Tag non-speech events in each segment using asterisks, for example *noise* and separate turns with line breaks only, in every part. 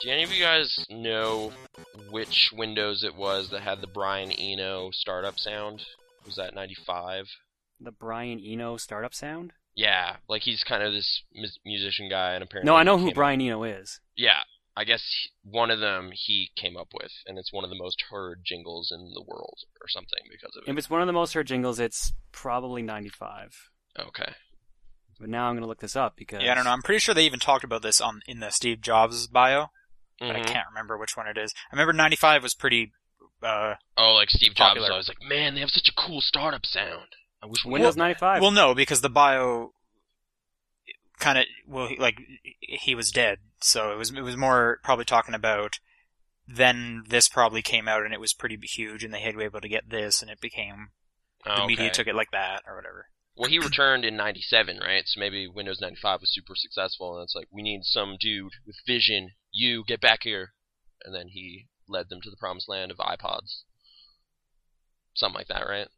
do any of you guys know which Windows it was that had the Brian Eno startup sound? Was that 95?
The Brian Eno startup sound?
Yeah, like he's kind of this mus- musician guy, and apparently.
No, I know
he
who
came-
Brian Eno is.
Yeah, I guess he- one of them he came up with, and it's one of the most heard jingles in the world or something because of
If
it.
it's one of the most heard jingles, it's probably 95.
Okay.
But now I'm going to look this up because
Yeah, I don't know. I'm pretty sure they even talked about this on in the Steve Jobs bio, but I
Mm-hmm.
Mhm.
can't remember which one it is. I remember 95 was pretty. Uh,
Oh, like Steve Jobs
Popular.
I was like, man, they have such a cool startup sound. I wish we
Windows
had that."
95.
well, no, because the bio kind of well, he- like he was dead, so it was it was more probably talking about. Then this probably came out and it was pretty huge, and they had were able to get this, and it became the
Oh,
media
okay.
took it like that or whatever.
Well, he returned in '97, right? So maybe Windows 95 was super successful, and it's like we need some dude with vision. You get back here, and then he led them to the promised land of iPods, something like that, right?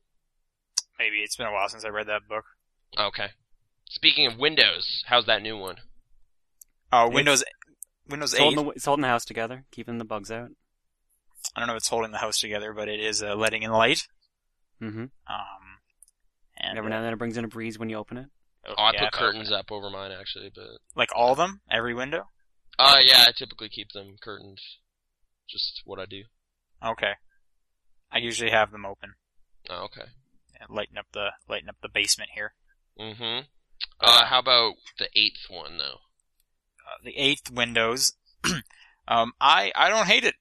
Maybe it's been a while since I read that book.
Okay. Speaking of Windows, how's that new one?
Oh,
It's-
Windows Windows
it's
8.
holding, the, it's holding the house together, keeping the bugs out.
I don't know if it's holding the house together, but it is uh, letting in light.
hmm
Um, and
Every
uh,
now and then it brings in a breeze when you open it.
Oh,
Oh, I
yeah,
put
but-
curtains up over mine actually, but
Like all of them? Every window?
uh, yeah, I typically keep them curtained. Just what I do.
Okay. I usually have them open.
Oh, okay.
Yeah, Lighten up the lighten up the basement here.
Mm-hmm. Uh, how about the eighth one though?
Uh, the eighth windows. *clears throat* um, I I don't hate it.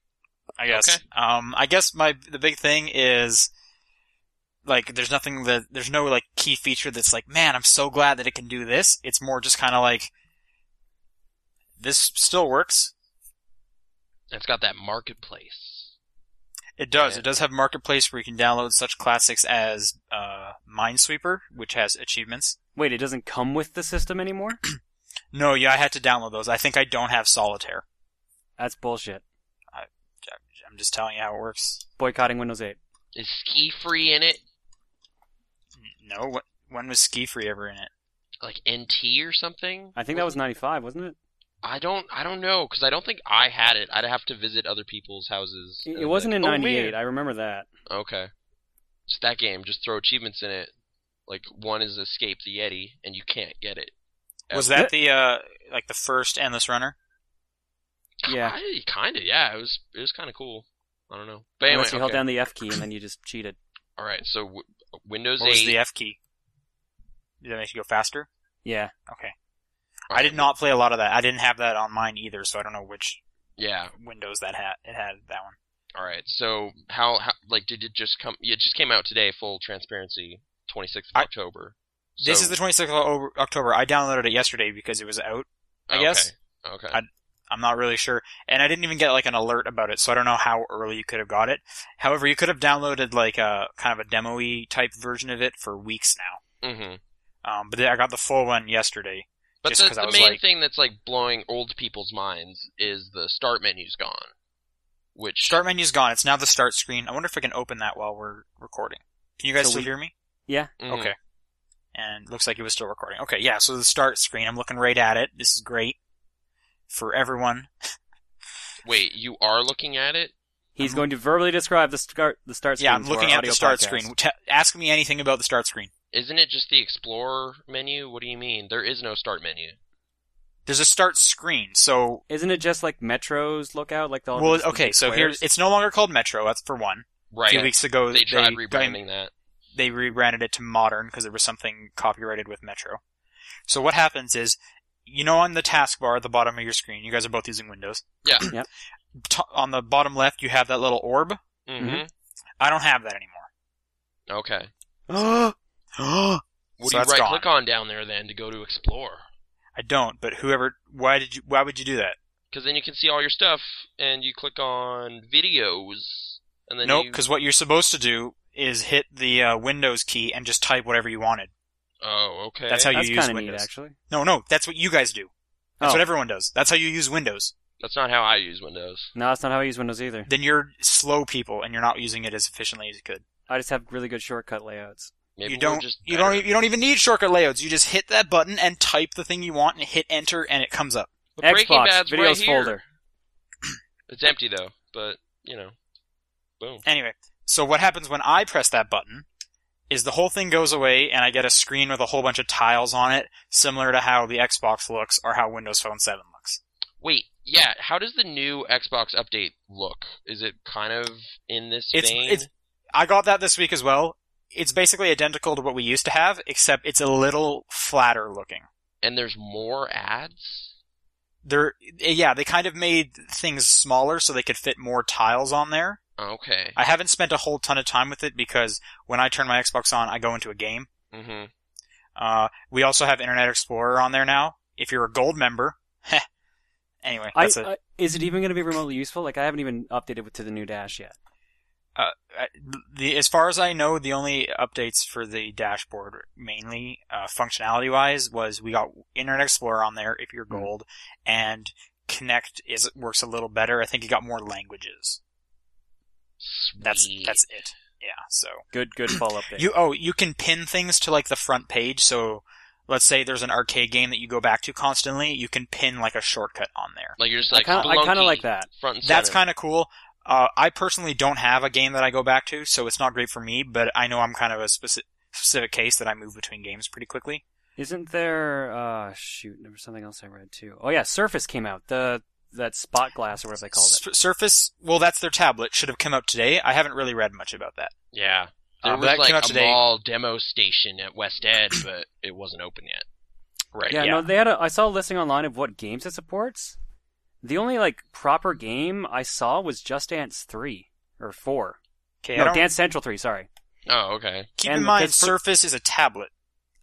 I guess.
Okay.
Um, I guess my the big thing is like there's nothing that there's no like key feature that's like man I'm so glad that it can do this. It's more just kind of like this still works.
It's got that marketplace.
It does.
Yeah.
It does have marketplace where you can download such classics as uh, Minesweeper, which has achievements.
Wait, it doesn't come with the system
*clears throat*
anymore?
No, yeah, I had to download those. I think I don't have Solitaire.
That's bullshit.
I'm just telling you how it works.
Boycotting Windows 8.
Is ski free in it?
No, what, when was Ski Free ever in it?
Like NT or something?
I think that was 95, wasn't it?
I don't. I don't know because I don't think I had it. I'd have to visit other people's houses.
It-
and
It
be
wasn't in
like, "Oh, man."
98. I remember that.
Okay. Just that game. Just throw achievements in it. Like one is escape the Yeti, and you can't get it.
Was
Yeah.
that the uh, like the first Endless Runner?
Yeah.
Kind of. Yeah. It was. It was kind of cool. I don't know. But anyway.
Unless you held
okay.
down the F key and then you just cheated.
All right. So w- Windows
What was
8.
the F key? Did that make you go faster?
Yeah.
Okay. I did not play a lot of that. I didn't have that on mine either, so I don't know which
Yeah.
Windows that had. It had that one.
All right. So how, how? Like, did it just come? It just came out today. Full transparency. 26th of
I-
October.
this
So-
is the 26th of O- October. I downloaded it yesterday because it was out. I guess.
Okay.
I- I'm not really sure. And I didn't even get like an alert about it, so I don't know how early you could have got it. However, you could have downloaded like a kind of a demo y type version of it for weeks now.
mm-hmm.
Um, but I got the full one yesterday.
But
just
the,
'cause I
the
was
main
like-
thing that's like blowing old people's minds is the start menu's gone, which
Start menu's gone. It's now the start screen. I wonder if I can open that while we're recording. Can you guys
So
still
we-
hear me?
Yeah.
Mhm.
Okay. And looks like it was still recording. Okay, yeah. So the start screen. I'm looking right at it. This is great for everyone.
Wait, you are looking at it?
He's
I'm-
going to verbally describe the start the start screen.
Mm-hmm. Yeah, I'm
to our
looking at
audio
the start
podcast.
screen. Te- ask me anything about the start screen.
Isn't it just the explorer menu? What do you mean? There is no start menu.
There's a start screen. So
Isn't it just like Metro's lookout? Like the
well,
the
okay, so
squares? *gasps*
here's it's no longer called Metro. That's for one.
Right.
Two weeks ago,
They tried
they-
rebranding that.
They rebranded it to Modern because there was something copyrighted with Metro. So what happens is, you know, on the taskbar at the bottom of your screen, you guys are both using Windows.
Yeah.
*clears throat*
Yep.
To- on the bottom left, you have that little orb.
hmm
I don't have that anymore.
Okay.
Oh,
What
*gasps*
So
do you
that's
right click on down there then to go to explore?
I don't. But whoever, why did you? Why would you do that?
Because then you can see all your stuff, and you click on videos, and then
nope.
you-
Because what you're supposed to do is hit the uh, Windows key and just type whatever you wanted.
Oh, okay.
That's how you
That's
use
kind of neat,
Windows.
actually.
No, no, that's what you guys do. That's
Oh.
what everyone does. That's how you use Windows.
That's not how I use Windows.
No, that's not how I use Windows either.
then you're slow people and you're not using it as efficiently as you could.
I just have really good shortcut layouts.
Maybe
you don't
We're just
you
better.
don't e, you don't even need shortcut layouts. You just hit that button and type the thing you want and hit enter and it comes up.
But Breaking
Xbox
Bad's
videos
right here.
folder.
It's empty though, but you know, boom.
Anyway, so what happens when I press that button is the whole thing goes away and I get a screen with a whole bunch of tiles on it, similar to how the Xbox looks or how Windows Phone 7 looks.
Wait, yeah. How does the new Xbox update look? Is it kind of in this
It's-
vein?
it's- I got that this week as well. It's basically identical to what we used to have, except it's a little flatter looking.
and there's more ads.
They're, yeah, they kind of made things smaller so they could fit more tiles on there.
Okay.
I haven't spent a whole ton of time with it because when I turn my Xbox on, I go into a game.
hmm
Uh, we also have Internet Explorer on there now. If you're a gold member, *laughs* heh. Anyway,
I,
that's it.
I- is it even going to be remotely useful? Like I haven't even updated with- to the new dash yet.
I- Uh, the, as far as I know, the only updates for the dashboard, mainly uh, functionality-wise, was we got Internet Explorer on there if you're
Hmm.
gold, and Connect is works a little better. I think you got more languages. That's
Sweet.
that's it. Yeah. So
Good,
*clears throat*
good fall update.
you oh you can pin things to like the front page. So let's say there's an arcade game that you go back to constantly, you can pin like a shortcut on there.
like you're just
I
like
kinda- I kinda
Spelunky
like that.
Front and
That's
center.
kind of cool. Uh, I personally don't have a game that I go back to, so it's not great for me. But I know I'm kind of a specific specific case that I move between games pretty quickly.
Isn't there? Uh, shoot, there was something else I read too. Oh yeah, Surface came out. The that spot glass or whatever they called it.
Sur- Surface, well, that's their tablet. Should have come out today. I haven't really read much about that.
yeah.
Uh,
There
but
was
that
like
came out
a
today.
mall demo station at West Ed, but it wasn't open yet. Right.
Yeah,
yeah.
no, they had. A, I saw a listing online of what games it supports. The only like proper game I saw was Just Dance three or four.
Okay, I
no,
don't-
Dance Central three. Sorry,
Oh, okay.
keep
and
in mind,
that's for-
Surface is a tablet.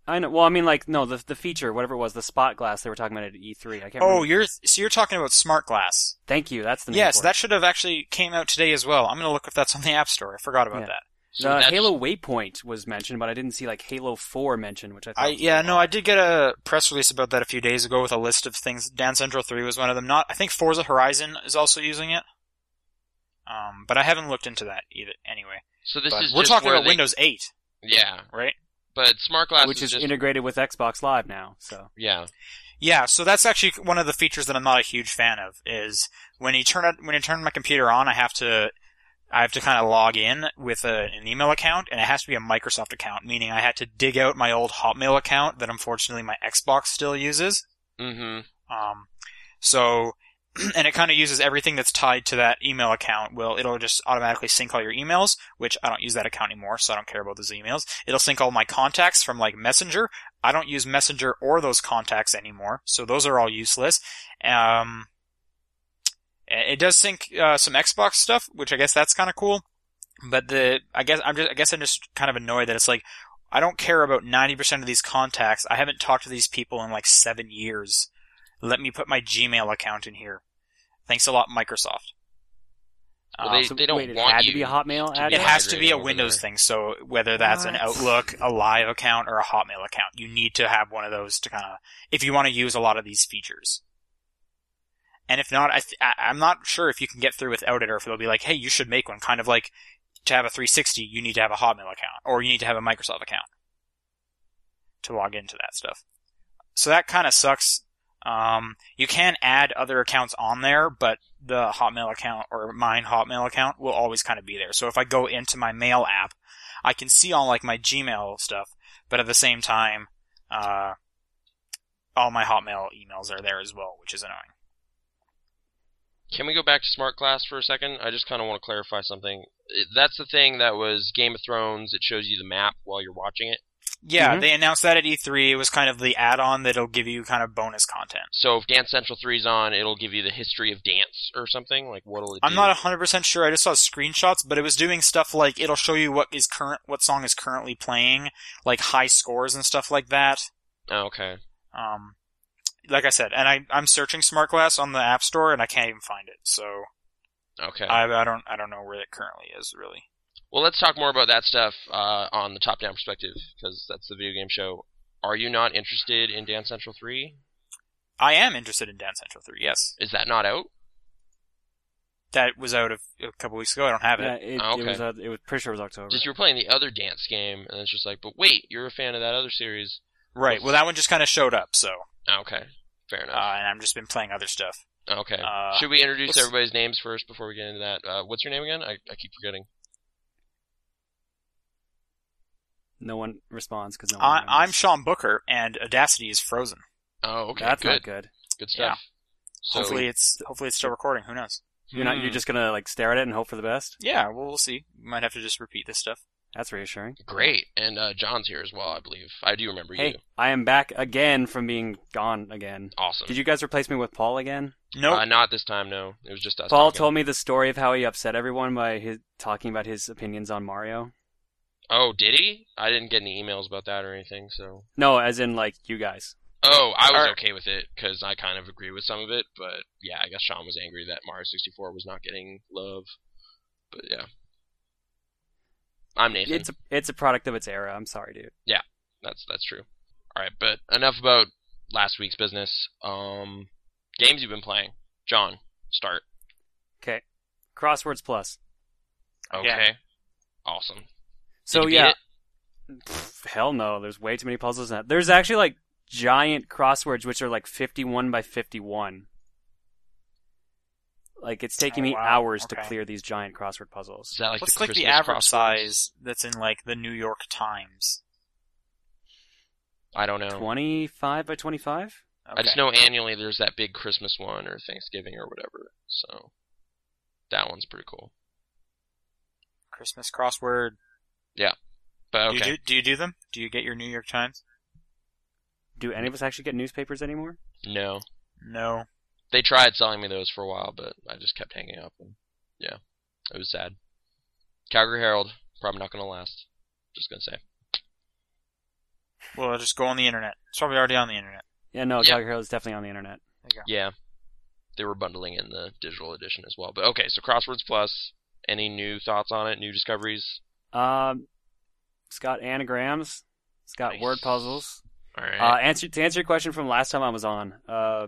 I know. Well, I mean, like, no, the the feature, whatever it was, the spot glass they were talking about at E three. I can't.
Oh,
remember.
you're so you're talking about smart glass.
Thank you. That's the name
Yes,
for it.
that should have actually came out today as well. I'm gonna look if that's on the App Store. I forgot about
Yeah.
that.
So
the
that's-
Halo Waypoint was mentioned, but I didn't see like Halo Four mentioned, which I thought.
I
was
yeah
really
no, I did get a press release about that a few days ago with a list of things. Dance Central Three was one of them. Not I think Forza Horizon is also using it. Um, but I haven't looked into that either. Anyway,
So this
But
is
we're
just
talking
where
about
they-
Windows 8,
Yeah,
right?
but smart glass
which is
just
integrated with Xbox Live now. So
yeah.
Yeah, so that's actually one of the features that I'm not a huge fan of. Is when you turn it, when you turn my computer on, I have to I have to kind of log in with a, an email account, and it has to be a Microsoft account, meaning I had to dig out my old Hotmail account that unfortunately my Xbox still uses.
Mm-hmm.
Um, so, *clears throat* and it kind of uses everything that's tied to that email account. Well, it'll just automatically sync all your emails, which I don't use that account anymore, so I don't care about those emails. It'll sync all my contacts from like Messenger. I don't use Messenger or those contacts anymore, so those are all useless. Um, it does sync uh, some Xbox stuff, which I guess that's kind of cool. But the I guess I'm just I guess I'm just kind of annoyed that it's like I don't care about 90% of these contacts. I haven't talked to these people in like 7 years let me put my Gmail account in here. Thanks a lot, Microsoft.
Well,
Uh,
they,
so
they don't
wait, it
want
had to
you
be a Hotmail
to
ad?
be
it has to be
migrated
a
over
Windows
there.
thing, so whether that's an
What?
Outlook, a Live account, or a Hotmail account, you need to have one of those to kind of, if you want to use a lot of these features. And if not, I th- I, I'm not sure if you can get through without it, or if they'll be like, hey, you should make one. Kind of like to have a 360, you need to have a Hotmail account, or you need to have a Microsoft account to log into that stuff. So that kind of sucks. Um, you can add other accounts on there, but the Hotmail account or mine Hotmail account will always kind of be there. So if I go into my mail app, I can see all like my Gmail stuff, but at the same time, uh, all my Hotmail emails are there as well, which is annoying.
Can we go back to smart glass for a second? I just kind of want to clarify something. It- That's the thing that was Game of Thrones. It shows you the map while you're watching it.
Yeah,
Mhm.
they announced that at E3. It was kind of the add-on that'll give you kind of bonus content.
So if Dance Central 3's on, it'll give you the history of dance or something. Like what'll it?
I'm
do?
not 100% sure. I just saw screenshots, but it was doing stuff like it'll show you what is current, what song is currently playing, like high scores and stuff like that.
Oh, okay.
Um, like I said, and I, I'm searching Smart Glass on the App Store and I can't even find it. So
Okay.
I, I don't, I don't know where it currently is really.
Well, let's talk more about that stuff uh, on the top-down perspective because that's the video game show. Are you not interested in Dance Central 3?
I am interested in Dance Central 3. Yes,
Is that not out?
that was out of a couple weeks ago. I don't have it.
yeah, it,
Oh,
it
okay.
was uh, it was pretty sure it was October.
Just you were playing the other dance game, and it's just like, but wait, you're a fan of that other series.
Right. Well, that one just kind of showed up. So,
Okay, fair
uh,
enough.
and I've just been playing other stuff.
Okay.
Uh,
Should we introduce
let's-
everybody's names first before we get into that? Uh, what's your name again? I, I keep forgetting.
No one responds because no one.
I, I'm
remembers.
Sean Booker, and Audacity is frozen.
Oh, okay.
That's
good.
not good.
Good stuff. So,
hopefully it's hopefully it's still recording. Who knows?
You're not. You're
Hmm,
just gonna like stare at it and hope for the best.
Yeah, well, we'll see. We might have to just repeat this stuff.
That's reassuring.
great. And uh, John's here as well, I believe. I do remember
Hey,
you.
I am back again from being gone again.
Awesome.
Did you guys replace me with Paul again?
Nope.
Uh, not this time. No, it was just us.
Paul
talking.
told me the story of how he upset everyone by his talking about his opinions on Mario.
Oh, did he? I didn't get any emails about that or anything. So.
No, as in like you guys.
Oh, I was
Are-
okay with it because I kind of agree with some of it, but yeah, I guess Sean was angry that Mario 64 was not getting love. But yeah, I'm Nathan.
It's a, it's a product of its era. I'm sorry, dude.
That's that's true. All right, but enough about last week's business. Um, games you've been playing, John. Start.
Okay, Crosswords Plus.
Okay.
Yeah.
Awesome.
So
you beat
yeah,
it?
Pff, hell no. There's way too many puzzles in that. There's actually like giant crosswords which are like 51 by 51. Like it's taking
Oh,
me
wow.
hours to
Okay
clear these giant crossword puzzles.
Is that like
What's
the
like the
Christmas
average
crosswords?
size that's in like the New York Times?
I don't know.
25 by 25?
I just know annually there's that big Christmas one or Thanksgiving or whatever. So that one's pretty cool.
Christmas crossword.
But
Do
okay,
you do, do you do them? Do you get your New York Times?
Do any of us actually get newspapers anymore?
no,
No.
they tried selling me those for a while, but I just kept hanging up, and yeah, it was sad. Calgary Herald probably not gonna last. Just gonna say.
Well, I'll just go on the internet. It's probably already on the internet.
Yeah, no,
Yeah.
Calgary Herald is definitely on the internet.
Yeah. They were bundling in the digital edition as well. But okay, so Crosswords Plus, any new thoughts on it? New discoveries?
Um, it's got anagrams. It's got
Nice.
word puzzles.
All right.
Uh, answer to answer your question from last time I was on. Uh,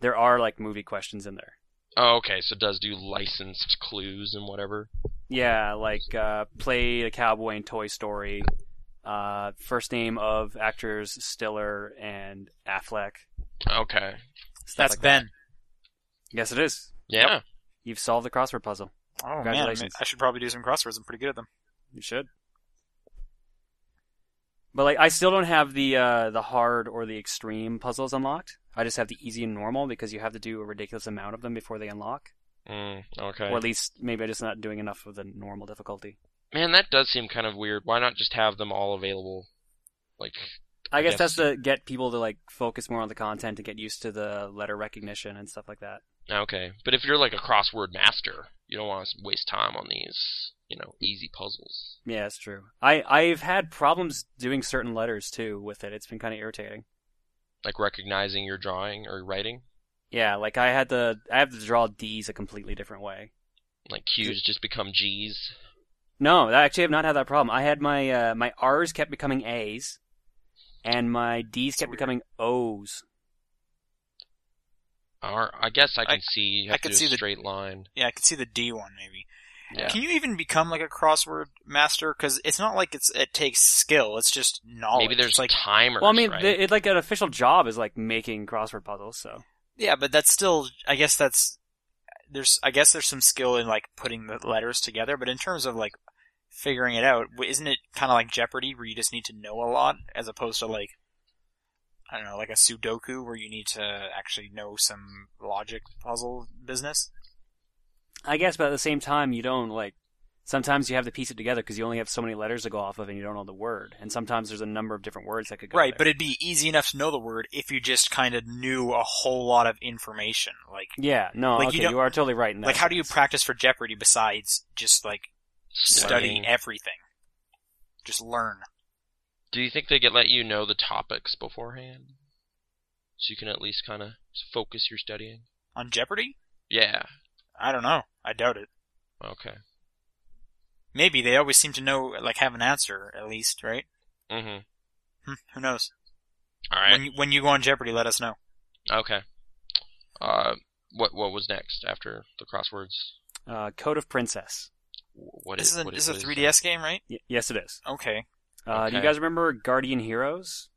there are like movie questions in there.
oh, okay, so it does do licensed clues and whatever.
Yeah, like uh, play a cowboy in Toy Story. Uh, first name of actors Stiller and Affleck.
Okay.
Stuff
That's
like that.
Ben.
Yes, it is.
Yeah.
You've solved the crossword puzzle.
Oh man, I, mean,
Congratulations.
I should probably do some crosswords. I'm pretty good at them.
You should. But like, I still don't have the uh, the hard or the extreme puzzles unlocked. I just have the easy and normal because you have to do a ridiculous amount of them before they unlock,
Mm, okay.
or at least maybe I'm just not doing enough of the normal difficulty.
Man, that does seem kind of weird. Why not just have them all available? Like,
I,
I
guess,
guess-
that's to get people to like focus more on the content to get used to the letter recognition and stuff like that.
okay. But if you're like a crossword master, you don't want to waste time on these, you know, easy puzzles.
Yeah, that's true. I I've had problems doing certain letters too with it. It's been kind of irritating.
Like recognizing your drawing or writing.
Yeah, like I had to I have to draw D's a completely different way.
Like Q's just become G's.
No, I actually have not had that problem. I had my uh, my R's kept becoming A's, and my D's kept
weird.
becoming O's.
Or I guess I
I-
can see. You have
I
to
can
do a
see the-
straight line.
Yeah, I could see the D one maybe.
Yeah.
Can you even become like a crossword master? Because it's not like it's it takes skill. It's just knowledge.
Maybe there's
It's like
like timers.
well, I mean,
right?
th- it, like an official job is like making crossword puzzles. So
yeah, but that's still. I guess that's there's. I guess there's some skill in like putting the letters together. But in terms of like figuring it out, w- isn't it kind of like Jeopardy where you just need to know a lot as opposed to like I don't know, like a Sudoku where you need to actually know some logic puzzle business.
I guess, but at the same time, you don't like. Sometimes you have to piece it together because you only have so many letters to go off of, and you don't know the word. And sometimes there's a number of different words that could go.
Right,
there.
but it'd be easy enough to know the word if you just kind of knew a whole lot of information. Like,
yeah, no,
Like, you
okay, you,
don't-
are totally right. In that
like how do you
sense.
practice for Jeopardy besides just like study
Studying.
everything? Just learn.
Do you think they could let you know the topics beforehand, so you can at least kind of focus your studying?
On Jeopardy?
Yeah.
I don't know. I doubt it.
Okay.
Maybe they always seem to know, like, have an answer at least, right?
Mhm.
Hmm, who knows?
All right.
When you, when you go on Jeopardy, let us know.
Okay. Uh, what what was next after the crosswords?
uh, Code of Princess?
Wh- What
This
is
is, a,
what
this is
what
a
is
3DS game, right?
Y- yes, it is.
Okay,
Uh, Do you
Okay.
guys remember Guardian Heroes?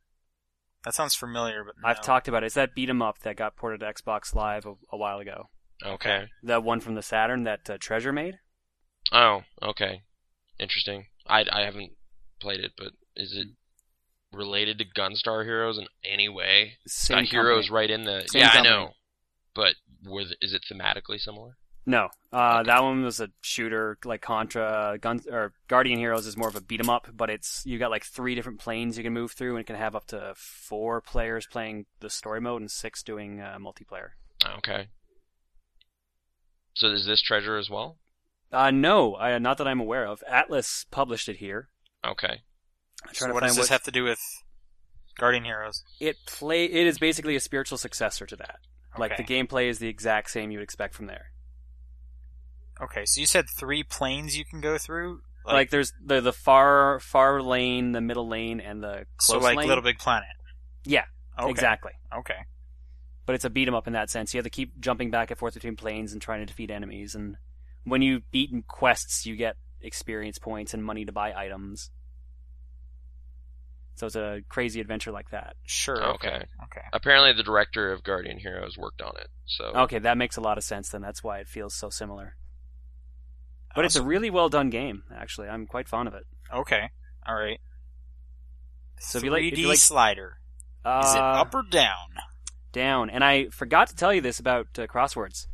That sounds familiar, but no.
I've talked about it. It's that beat 'em up that got ported to Xbox Live a, a while ago.
Okay.
That one from the Saturn that uh, Treasure made.
Oh, okay. Interesting. I I haven't played it, but is it related to Gunstar Heroes in any way?
Same
Got Heroes
company.
right in the
Same
yeah,
company.
I know. But were the, is it thematically similar?
No, uh,
Okay.
that one was a shooter like Contra. Gun or Guardian Heroes is more of a beat 'em up, but it's you got like three different planes you can move through, and it can have up to four players playing the story mode and six doing uh, multiplayer.
Okay. So is this treasure as well?
Uh, no, I, not that I'm aware of. Atlas published it here.
Okay.
I'm
So
trying
what
to
does
find
this
what
have to do with Guardian Heroes?
it play. It is basically a spiritual successor to that. Like
Okay.
the gameplay is the exact same you would expect from there.
Okay, so you said three planes you can go through,
Like, there's the the far far lane, the middle lane, and the
so
close
like
lane.
Little Big Planet.
Yeah,
Okay.
exactly.
Okay.
but it's a beat 'em up in that sense. You have to keep jumping back and forth between planes and trying to defeat enemies. And when you beat in quests, you get experience points and money to buy items. So it's a crazy adventure like that.
Sure.
Okay.
Okay. Okay.
Apparently the director of Guardian Heroes worked on it. So
Okay, that makes a lot of sense. Then that's why it feels so similar. But it's a
Awesome.
really well done game. Actually, I'm quite fond of it.
Okay. All right.
So if you like- if
3D
you like-
slider.
Uh,
Is it up or down?
down? And I forgot to tell you this about uh, crosswords.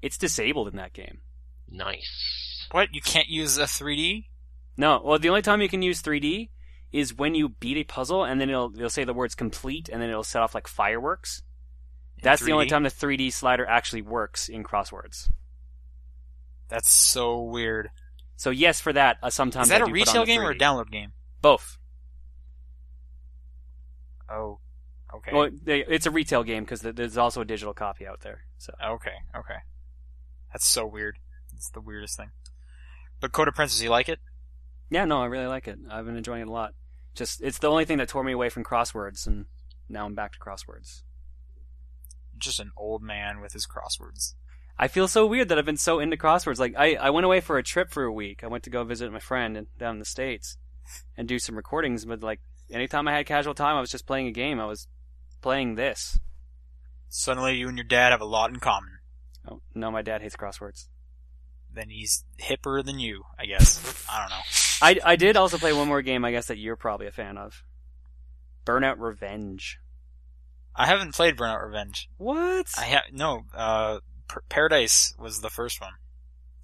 It's disabled in that game.
nice.
What? You can't use a 3D?
No, well, the only time you can use 3D is when you beat a puzzle, and then it'll it'll say the words complete, and then it'll set off like fireworks.
in
That's the only
3D?
time the 3D slider actually works in crosswords.
That's so weird.
So yes, for that, uh, sometimes
Is that
I
a
do put on
retail
the
game or a
3D.
download game?
Both.
Oh. Okay.
Well, they, it's a retail game because there's also a digital copy out there. So
Okay. Okay. That's so weird. It's the weirdest thing. But Coda Princess, you like it?
yeah, no, I really like it. I've been enjoying it a lot. Just it's the only thing that tore me away from crosswords, and now I'm back to crosswords.
Just an old man with his crosswords.
I feel so weird that I've been so into crosswords. Like I, I went away for a trip for a week. I went to go visit my friend in, down in the states and do some recordings. But like anytime I had casual time, I was just playing a game. I was playing this.
Suddenly, you and your dad have a lot in common.
Oh no, my dad hates crosswords.
Then he's hipper than you, I guess. I don't know.
I, I did also play one more game. I guess that you're probably a fan of, Burnout Revenge.
I haven't played Burnout Revenge.
What?
I ha- no. Uh, P- Paradise was the first one.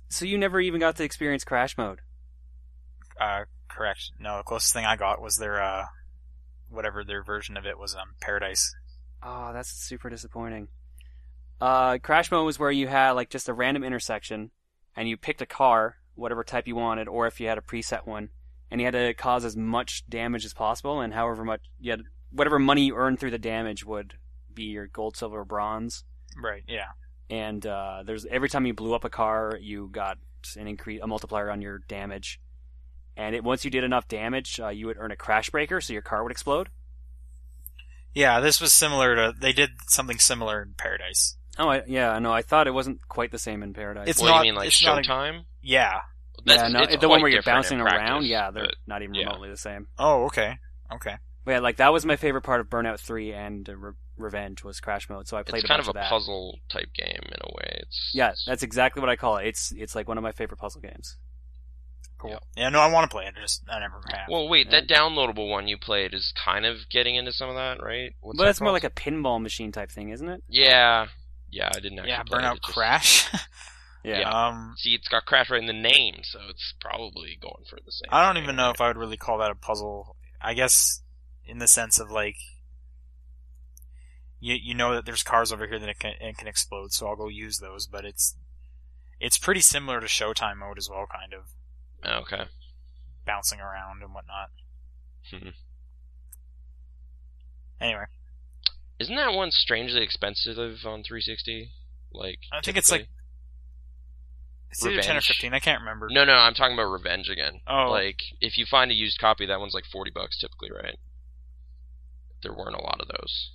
so you never even got to experience crash mode.
Uh, correct. No, the closest thing I got was their uh, whatever their version of it was on Paradise.
Oh, that's super disappointing. Uh, crash mode was where you had like just a random intersection, and you picked a car, whatever type you wanted, or if you had a preset one, and you had to cause as much damage as possible, and however much you had, whatever money you earned through the damage would be your gold, silver, or bronze.
Right. Yeah.
And uh, there's every time you blew up a car, you got an increase, a multiplier on your damage. And it, once you did enough damage, uh, you would earn a crash breaker, so your car would explode.
Yeah. This was similar to. They did something similar in Paradise.
Oh, I, yeah, I know. I thought it wasn't quite the same in Paradise.
It's
what
not-
do you mean like
it's not a-
Showtime?
Yeah.
yeah, no,
it's
the one
quite
where you're
different
bouncing
in practice,
around, yeah, they're
but-
not even
yeah.
remotely the same.
Oh. Okay. Okay.
But yeah, like that was my favorite part of Burnout Three and uh, Re- Revenge was Crash Mode, so I played
it's
a
kind
bunch
of
of
a
that.
puzzle type game in a way. It's
Yeah, that's exactly what I call it. It's it's like one of my favorite puzzle games.
Cool.
Yeah.
Yeah. No, I want to play it. I just I never have.
Well, wait,
Yeah.
that downloadable one you played is kind of getting into some of that, right? What's
but
that
it's more
called?
like a pinball machine type thing, isn't it?
yeah, yeah. I didn't actually
yeah.
play it,
Burnout
it. just-
Crash.
*laughs*
Yeah.
*laughs* um.
See, it's got Crash right in the name, so it's probably going for the same.
I don't
thing,
even know
right?
if I would really call that a puzzle. I guess in the sense of like you you know that there's cars over here that it can, it can explode, so I'll go use those. But it's it's pretty similar to Showtime mode as well, kind of
Okay.
bouncing around and whatnot.
Mhm.
anyway,
Isn't that one strangely expensive on 360? Like
I think it's like-
typically?
it's either ten or
Revenge.
fifteen. I can't remember.
no, no. I'm talking about Revenge again.
Oh.
Like if you find a used copy, that one's like 40 bucks typically, right? There weren't a lot of those.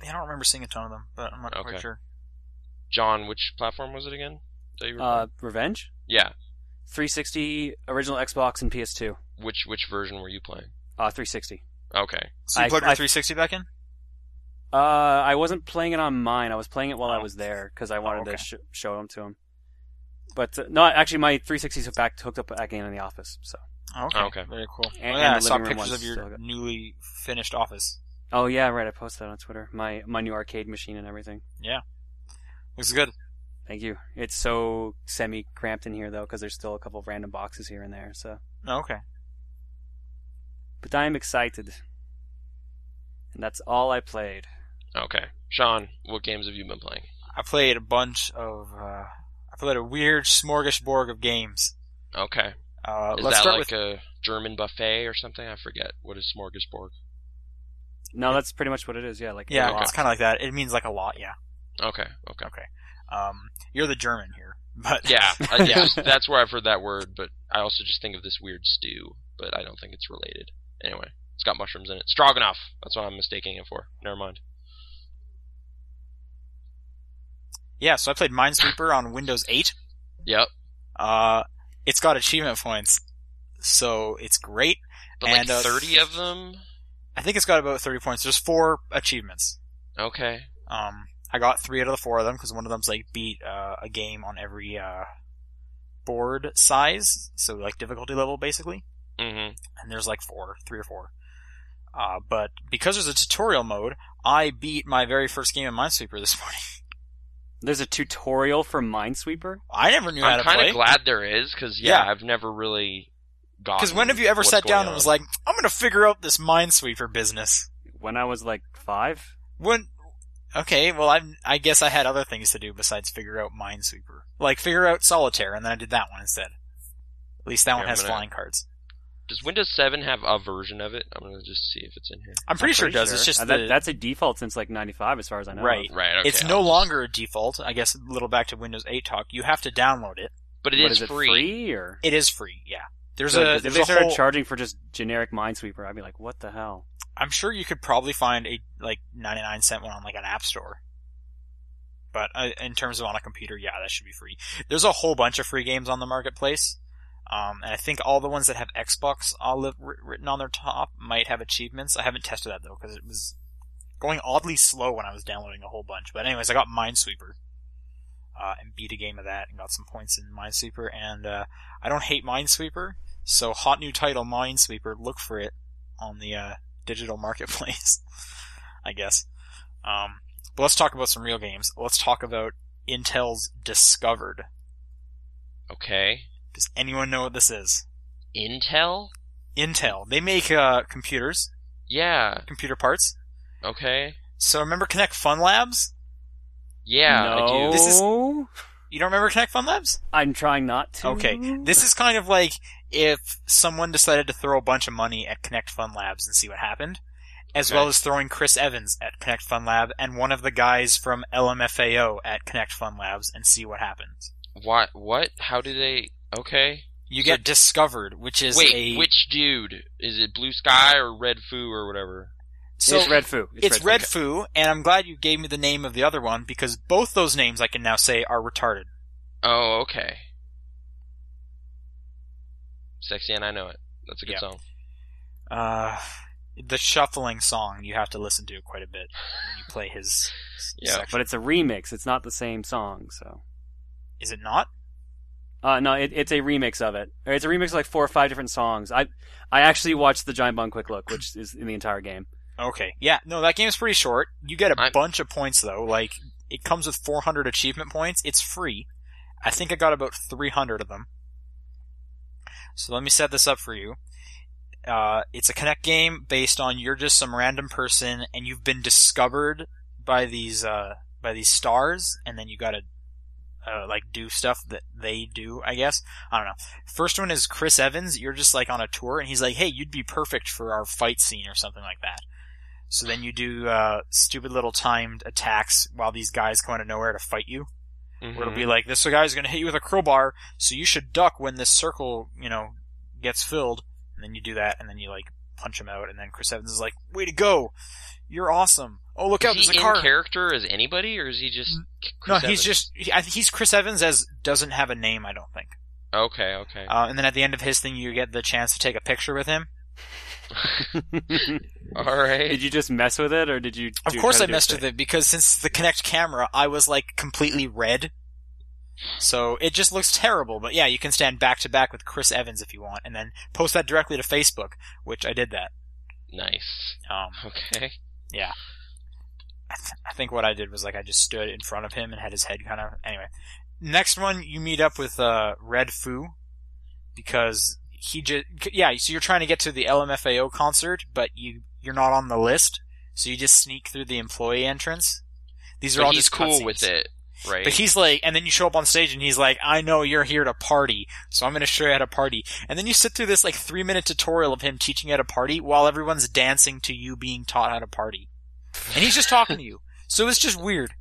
I don't remember seeing a ton of them, but I'm not
Okay.
quite sure.
John, which platform was it again? That you were
Uh,
playing?
Revenge,
yeah.
360, original Xbox, and PS2.
Which which version were you playing?
Uh, 360.
Okay.
So you
I-
plugged
I-
your 360 back in?
Uh, I wasn't playing it on mine. I was playing it while I
Oh.
was there because I wanted
okay.
to sh- show them to him. But uh, no, actually, my 360 is hooked back hooked up again in the office. So,
Oh, okay.
Oh, okay.
Very cool.
And-
oh, yeah,
and
I
the
saw
living room
pictures
one's
of your
still good.
newly finished office.
oh yeah, right. I posted that on Twitter. My my new arcade machine and everything.
Looks good.
Thank you. It's so semi cramped in here though because there's still a couple of random boxes here and there. So,
Oh, okay.
but I am excited, and that's all I played.
Okay. Sean, what games have you been playing?
I played a bunch of. Uh, I played a weird smorgasbord of games.
Okay.
Uh,
Is
let's
that
start
like
with.
a German buffet or something? I forget. What is smorgasbord?
No, that's pretty much what it is. Yeah, like
yeah,
a lot.
it's kind of like that. It means like a lot. Yeah.
Okay. Okay.
Um, you're the German here, *laughs* but
Yeah.
*laughs*
uh, yes. That's where I've heard that word, but I also just think of this weird stew, but I don't think it's related. Anyway, it's got mushrooms in it. Stroganoff. That's what I'm mistaking it for. Never mind.
yeah. So I played Minesweeper on Windows 8.
Yep.
Uh, it's got achievement points, so it's great.
But
And, uh,
like 30 of them?
I think it's got about 30 points. There's four achievements.
Okay.
Um, I got three out of the four of them because one of them's like beat uh, a game on every uh, board size, so like difficulty level basically.
Mm
And there's like four, three or four. Uh, but because there's a tutorial mode, I beat my very first game in Minesweeper this *laughs* morning.
There's a tutorial for Minesweeper.
I never knew
hmm.
how
I'm
to
kind
play.
of glad there is, because, yeah,
Yeah.
I've never really gotten.
Because when have you ever
what's
sat
going
down and was
on.
like, I'm going to figure out this Minesweeper business?
When I was like five,
When? Okay, well, I I guess I had other things to do besides figure out Minesweeper, like figure out Solitaire, and then I did that one instead. At least that
Yeah,
one
I'm
has
gonna-
flying cards.
Does Windows 7 have a version of it? I'm going to just see if it's in here.
I'm pretty, sure it does. It's just
Uh,
the-
that, that's a default since like '95, as far as I know.
Right.
Right, okay.
it's
I'll
no
just-
longer a default. I guess a little back to Windows 8 talk. You have to download it.
But
What,
it is,
it
free.
or
It is free. Yeah. There's
So
a
if
there's
they
a
started
whole.
charging for just generic Minesweeper, I'd be like, what the hell?
I'm sure you could probably find a like 99 cent one on like an app store. But uh, in terms of on a computer, yeah, that should be free. There's a whole bunch of free games on the marketplace. Um, and I think all the ones that have Xbox all li- wri- written on their top might have achievements. I haven't tested that though because it was going oddly slow when I was downloading a whole bunch. But anyways, I got Minesweeper uh, and beat a game of that and got some points in Minesweeper. And uh, I don't hate Minesweeper, so hot new title Minesweeper. Look for it on the uh, digital *laughs* marketplace, I guess. Um, but let's talk about some real games. Let's talk about Intel's Discovered.
Okay.
Does anyone know what this is?
Intel?
Intel. They make uh, computers,
Yeah.
computer parts.
Okay.
So remember Connect Fun Labs?
Yeah, I
no,
do.
This is- You don't remember Connect Fun Labs?
I'm trying not to.
Okay. This is kind of like if someone decided to throw a bunch of money at Connect Fun Labs and see what happened, as
Okay.
well as throwing Chris Evans at Connect Fun Lab and one of the guys from LMFAO at Connect Fun Labs and see what happens.
What? What? How do they? Okay.
You
So-
get discovered, which is
Wait,
a
which dude? Is it Blue Sky or Red Foo or whatever?
so
it's Red Foo.
It's,
Fu.
Red Foo, and I'm glad you gave me the name of the other one because both those names I can now say are retarded.
Oh, okay. Sexy and I know it. That's a good
Yeah.
song.
Uh, the shuffling song you have to listen to quite a bit when you play his.
Yeah.
section.
But it's a remix. It's not the same song. So,
is it not?
uh, no, it, it's a remix of it. Or It's a remix of like four or five different songs. I, I actually watched the Giant Bomb Quick Look, which is in the entire
*laughs*
game.
Okay. Yeah. No, that game's pretty short. You get a
I'm-
bunch of points though. Like it comes with 400 achievement points. It's free. I think I got about 300 of them. So let me set this up for you. Uh, it's a Connect game based on you're just some random person and you've been discovered by these uh, by these stars, and then you gotta uh, like do stuff that they do. I guess I don't know. First one is Chris Evans. You're just like on a tour, and he's like, "Hey, you'd be perfect for our fight scene or something like that." So then you do uh, stupid little timed attacks while these guys come out of nowhere to fight you. Where
Mm-hmm.
it'll be like, "This guy's going to hit you with a crowbar, so you should duck when this circle, you know, gets filled." And then you do that, and then you like punch him out, and then Chris Evans is like, "Way to go! You're awesome! Oh, look out!
is
There's
he
a
in
car!" Mm,
character as anybody, or is he just?
no,
Chris
he's
Evans?
just he, I, think he's Chris Evans as doesn't have a name, I don't think.
Okay, okay.
Uh, and then at the end of his thing, you get the chance to take a picture with him.
All right.
did you just mess with it, or did you?
Of course, I messed with it because since the Kinect camera, I was like completely red. So it just looks terrible. But yeah, you can stand back to back with Chris Evans if you want, and then post that directly to Facebook, which I did that.
Nice.
Um,
Okay.
I, th- I think what I did was like I just stood in front of him and had his head kind of. Anyway, next one you meet up with uh, Red Foo because he just yeah. So you're trying to get to the LMFAO concert, but you you're not on the list, so you just sneak through the employee entrance. *laughs* These are
But
all
he's
just
cool
cutscenes.
with it, right?
But he's like, and then you show up on stage and he's like, I know you're here to party, so I'm gonna show you how to party. And then you sit through this like three minute tutorial of him teaching you how to party while everyone's dancing to you being taught how to party. And he's just talking to you. So it's just weird.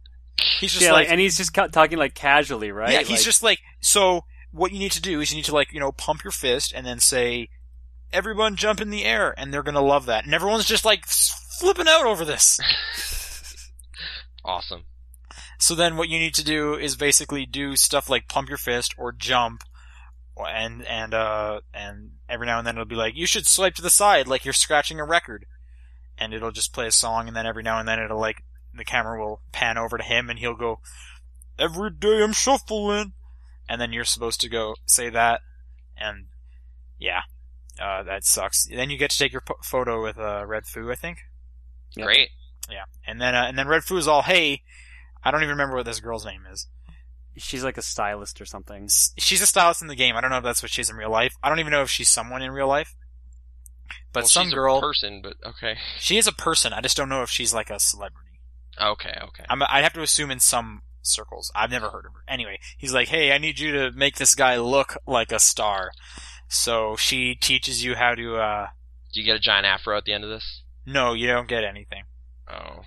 He's just
yeah,
like,
like, and he's just ca- talking like casually, right?
yeah, he's
Like,
just like, so what you need to do is you need to like, you know, pump your fist and then say, everyone jump in the air, and they're gonna love that. And everyone's just like flipping out over this.
awesome.
So then what you need to do is basically do stuff like pump your fist or jump or- and and uh and every now and then it'll be like you should swipe to the side like you're scratching a record and it'll just play a song and then every now and then it'll like the camera will pan over to him and he'll go every day I'm shuffling and then you're supposed to go say that and yeah uh, that sucks then you get to take your po- photo with uh, Red Foo I think
Yep.
Great.
yeah and then uh, and then Red Foo's all hey I don't even remember what this girl's name is
she's like a stylist or something.
s- she's a stylist in the game. I don't know if that's what she is in real life. I don't even know if she's someone in real life. But
Well,
some
she's
girl,
a person, but okay.
she is a person. I just don't know if she's like a celebrity.
Okay. Okay.
I'm, I'd have to assume in some circles. I've never heard of her. Anyway, he's like, "Hey, I need you to make this guy look like a star." So she teaches you how to. uh
Do you get a giant afro at the end of this?
No, you don't get anything.
Oh.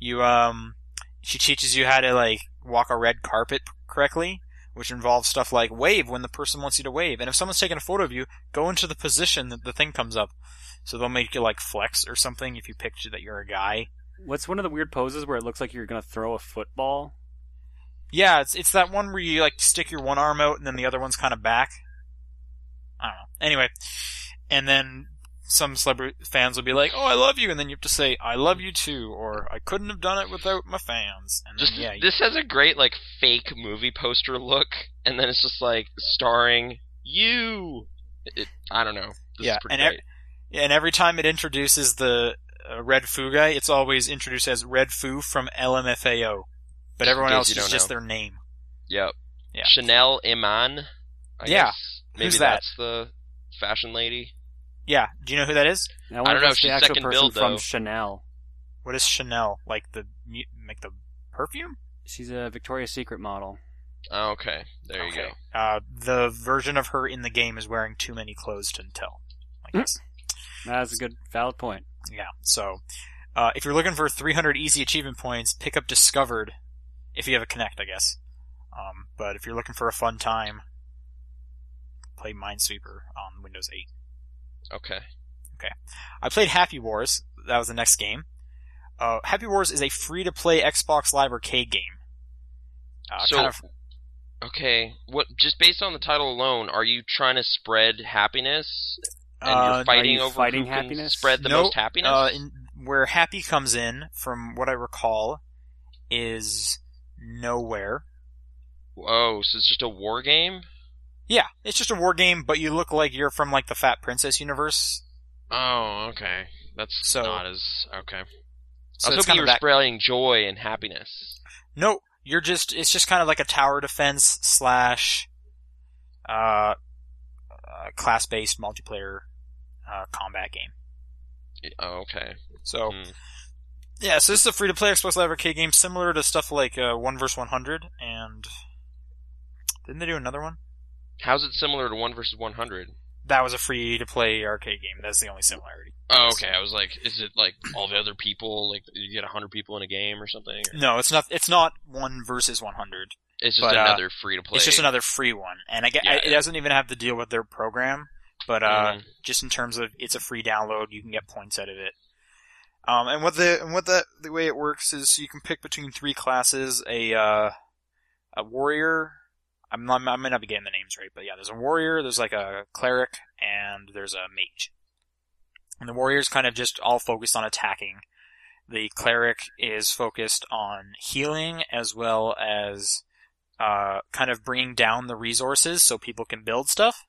You um, she teaches you how to like walk a red carpet correctly, which involves stuff like wave when the person wants you to wave, and if someone's taking a photo of you, go into the position that the thing comes up. So they'll make you like flex or something if you picture that you're a guy.
What's one of the weird poses where it looks like you're gonna throw a football?
Yeah, it's it's that one where you like stick your one arm out and then the other one's kind of back. I don't know. Anyway, and then some celebrity fans will be like, "Oh, I love you," and then you have to say, "I love you too," or "I couldn't have done it without my fans." And then,
Just
yeah, you-
this has a great like fake movie poster look, and then it's just like starring you. It, I don't know. This
Yeah,
is pretty
and e-, ev-
great.
and every time it introduces the uh, Red Foo guy, it's always introduced as Red Foo from LMFAO. But everyone
In case
else
you
is
don't
just
know.
their name.
Yep.
Yeah.
Chanel Iman. I
Yeah.
Guess. Maybe
Who's that?
that's the fashion lady.
Yeah, do you know who that is?
And I, wonder
don't know,
If it's the
she's
actual
second
person
build,
from
though.
Chanel.
What is Chanel? Like the mu- like the perfume?
She's a Victoria's Secret model.
Oh, okay. There you go.
Okay. Uh, the version of her in the game is wearing too many clothes to tell.
Hmm.
I guess.
That's a good, valid point.
Yeah. So, uh, if you're looking for 300 easy achievement points, pick up Discovered if you have a Connect, I guess. Um, but if you're looking for a fun time, play Minesweeper on Windows 8.
Okay.
I played Happy Wars. That was the next game. Uh, Happy Wars is a free-to-play Xbox Live Arcade game. Uh,
so,
kind of,
okay. What? Just based on the title alone, are you trying to spread happiness? And
uh,
you're fighting
you
over
fighting
who can
happiness?
spread the
No,
most happiness.
uh, in, where Happy comes in, from what I recall, is nowhere.
Whoa! So it's just a war game.
Yeah, it's just a war game, but you look like you're from like the Fat Princess universe.
Oh, okay. That's
So-
not as okay.
So
I was
it's
hoping
kind
you
of
were
that-
spreading joy and happiness.
No, you're just it's just kind of like a tower defense slash uh, uh class based multiplayer uh, combat game.
Oh, okay.
So
Hmm.
yeah, so this is a free to play Xbox Live Arcade game similar to stuff like uh, One Verse One Hundred and didn't they do another one?
How's it similar to one versus one hundred?
That was a free to play arcade game. That's the only similarity.
Oh, okay. I was like, is it like all the other people? Like you get hundred people in a game or something? Or
No, it's not. It's not one versus one hundred.
it's just
But, uh,
another free to play.
It's just another free one, and I, get-
Yeah, Mm-hmm.
it
yeah.
doesn't even have to deal with their program. But uh, just in terms of it's a free download, you can get points out of it. Um, and what the and what the the way it works is you can pick between three classes: a uh, a warrior. I'm not, I might not be getting the names right, but yeah, there's a warrior, there's like a cleric, and there's a mage. And the warriors kind of just all focused on attacking. The cleric is focused on healing as well as uh, kind of bringing down the resources so people can build stuff.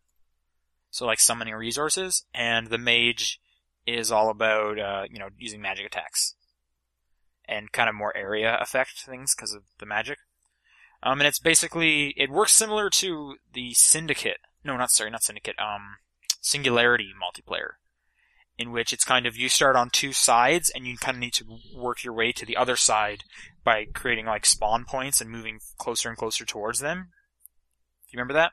So like summoning resources, and the mage is all about uh, you know using magic attacks and kind of more area effect things because of the magic. Um, and it's basically it works similar to the Syndicate. No, not sorry, not Syndicate. Um, Singularity multiplayer, in which it's kind of you start on two sides and you kind of need to work your way to the other side by creating like spawn points and moving closer and closer towards them. Do you remember that?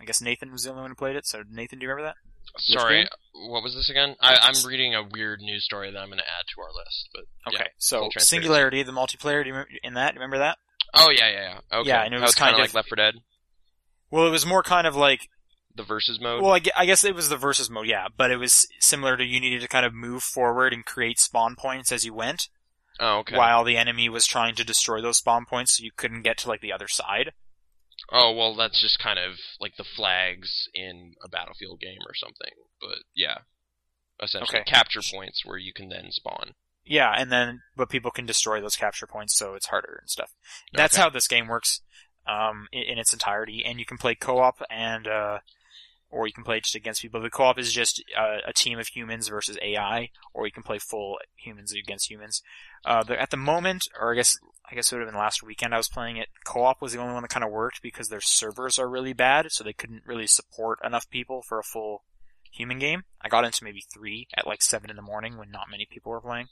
I guess Nathan was the only one who played it. So Nathan, do you remember that?
Sorry, uh,
game?
what was this again? I, I'm reading a weird news story that I'm going to add to our list. But
Okay,
yeah.
so
full transparency.
Singularity, the multiplayer do you remember, in that, do you remember that?
Oh yeah, yeah, yeah. Okay.
Yeah, and it
That
was
kinda
kind of-
like Left 4 Dead,
Well, it was more kind of like
the versus mode.
well, I gue- I guess it was the versus mode, yeah, but it was similar to you needed to kind of move forward and create spawn points as you went,
oh okay.
while the enemy was trying to destroy those spawn points, so you couldn't get to like the other side.
Oh well, that's just kind of like the flags in a battlefield game or something. But yeah, essentially
Okay.
capture points where you can then spawn.
Yeah, and then but people can destroy those capture points, so it's harder and stuff. That's
Okay.
how this game works um, in, in its entirety, and you can play co-op and uh, or you can play just against people. The co-op is just uh, a team of humans versus AI, or you can play full humans against humans. Uh, the, at the moment, or I guess I guess it would have been last weekend, I was playing it. Co-op was the only one that kind of worked because their servers are really bad, so they couldn't really support enough people for a full human game. I got into maybe three at like seven in the morning when not many people were playing.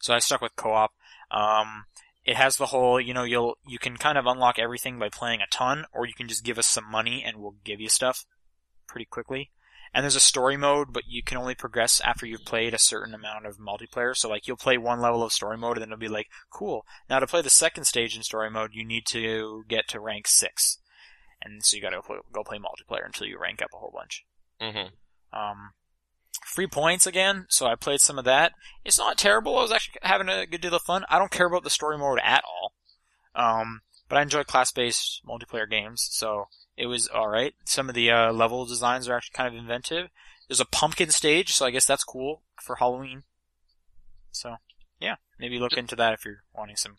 So I stuck with co-op. Um, it has the whole, you know, you'll you can kind of unlock everything by playing a ton, or you can just give us some money and we'll give you stuff pretty quickly. And there's a story mode, but you can only progress after you've played a certain amount of multiplayer. So like you'll play one level of story mode, and then it'll be like, cool. Now to play the second stage in story mode, you need to get to rank six, and so you got to play, go play multiplayer until you rank up a whole bunch
hmm
um, free points again, so I played some of that. It's not terrible. I was actually having a good deal of fun. I don't care about the story mode at all, um, but I enjoy class-based multiplayer games, so it was all right. Some of the uh, level designs are actually kind of inventive. There's a pumpkin stage, so I guess that's cool for Halloween. So yeah, maybe look into that if you're wanting some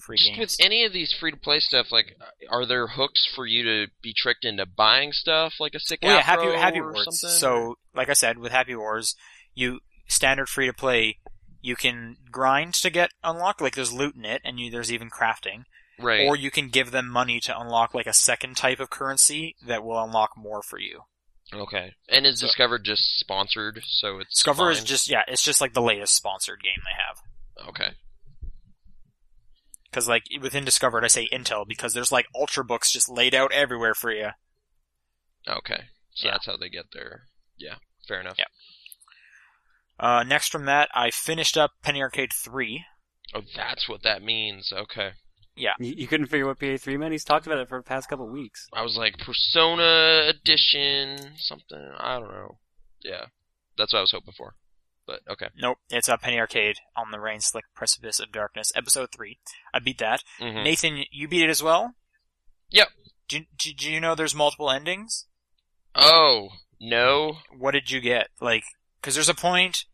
free
Just with
games.
any of these free to play stuff, like, are there hooks for you to be tricked into buying stuff, like a sick
Well, yeah,
afro
Happy Happy
or
Wars.
something?
So, like I said, with Happy Wars, you standard free to play, you can grind to get unlock. Like there's loot in it, and you, there's even crafting,
right?
or you can give them money to unlock like a second type of currency that will unlock more for you.
okay, and is
So-
Discover just sponsored? So it's
Discover is
fine?
just yeah, it's just like the latest sponsored game they have.
okay.
Because like within Discovered, I say Intel because there's like Ultra books just laid out everywhere for you.
Okay, so
Yeah.
that's how they get there. Yeah, fair enough.
Yeah. Uh, next from that, I finished up Penny Arcade Three.
Oh, that's what that means. Okay.
You, you couldn't figure what PA3 meant? He's talked about it for the past couple weeks.
I was like Persona Edition, something. I don't know. Yeah, that's what I was hoping for. But okay.
Nope, it's a Penny Arcade on the rain slick precipice of darkness, episode three. I beat that.
hmm
Nathan, you beat it as well.
Yep.
Do, do, do you know there's multiple endings?
Oh no!
What did you get? Like, because there's a point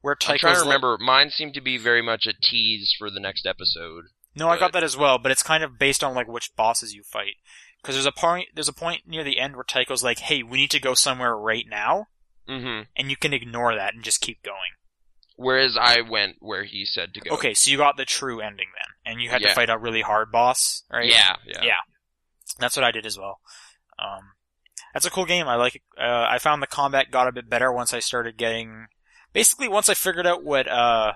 where Tycho's
I'm trying to
like-
remember. Mine seemed to be very much a tease for the next episode.
no, I got that as well, but it's kind of based on like which bosses you fight. Because there's a point, there's a point near the end where Tycho's like, "Hey, we need to go somewhere right now,"
hmm
and you can ignore that and just keep going.
Whereas I went where he said to go.
Okay, so you got the true ending then, and you had
Yeah.
to fight a really hard boss, right?
Yeah. Yeah.
Yeah. That's what I did as well. Um, that's a cool game. I like. it. Uh, I found the combat got a bit better once I started getting. Basically, once I figured out what uh,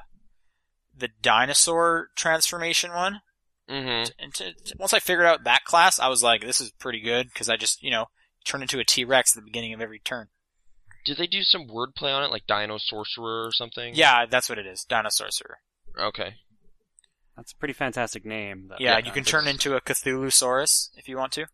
the dinosaur transformation one,
hmm
and t- t- once I figured out that class, I was like, "This is pretty good" because I just, you know, turned into a T Rex at the beginning of every turn.
Did they do some wordplay on it, like Dino Sorcerer or something?
Yeah, that's what it is, dinosaur. sir.
Okay.
That's a pretty fantastic name. Though.
Yeah,
Yeah,
you can
it's-
turn into a Cthulhusaurus if you want to.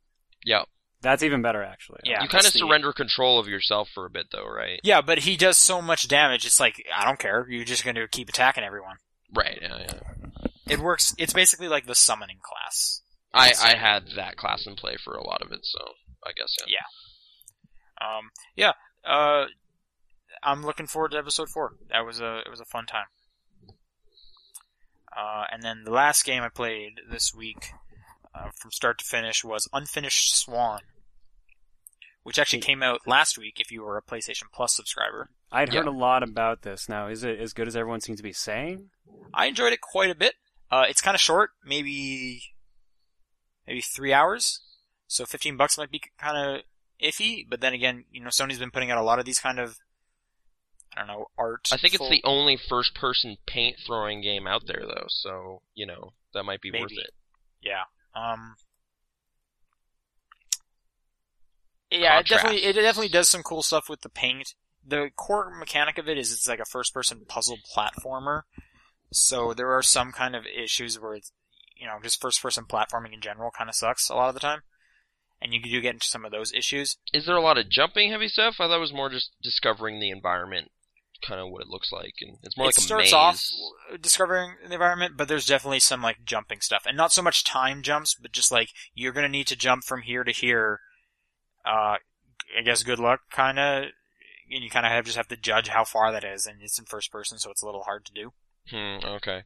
Yeah.
That's even better, actually.
Yeah,
you kind of
that's the-
surrender control of yourself for a bit, though, right?
Yeah, but he does so much damage. It's like I don't care. You're just going to keep attacking everyone.
Right. Yeah. Yeah.
It works. It's basically like the summoning class.
I I had that class in play for a lot of it, so I guess yeah.
Um, yeah. Uh, I'm looking forward to episode four. That was a it was a fun time. Uh, and then the last game I played this week, uh, from start to finish, was Unfinished Swan, which actually came out last week. If you were a PlayStation Plus subscriber,
I'd
Yeah.
heard a lot about this. Now, is it as good as everyone seems to be saying?
I enjoyed it quite a bit. Uh, it's kind of short, maybe maybe three hours, so 15 bucks might be kind of iffy. But then again, you know, Sony's been putting out a lot of these kind of I don't know art.
I think it's
full-
the only first person paint throwing game out there though, so you know, that might be worth
Maybe.
it.
Yeah. Um. Yeah, it
Contrast.
definitely it definitely does some cool stuff with the paint. The core mechanic of it is it's like a first person puzzle platformer. So there are some kind of issues where it's you know, just first person platforming in general kinda sucks a lot of the time. And you do get into some of those issues.
Is there a lot of jumping heavy stuff? I thought it was more just discovering the environment, kind of what it looks like, and it's more
it
like a
starts
maze.
off discovering the environment, but there's definitely some like jumping stuff, and not so much time jumps, but just like you're gonna need to jump from here to here. Uh, I guess good luck, kind of. And you kind of have just have to judge how far that is, and it's in first person, so it's a little hard to do.
Hmm, okay.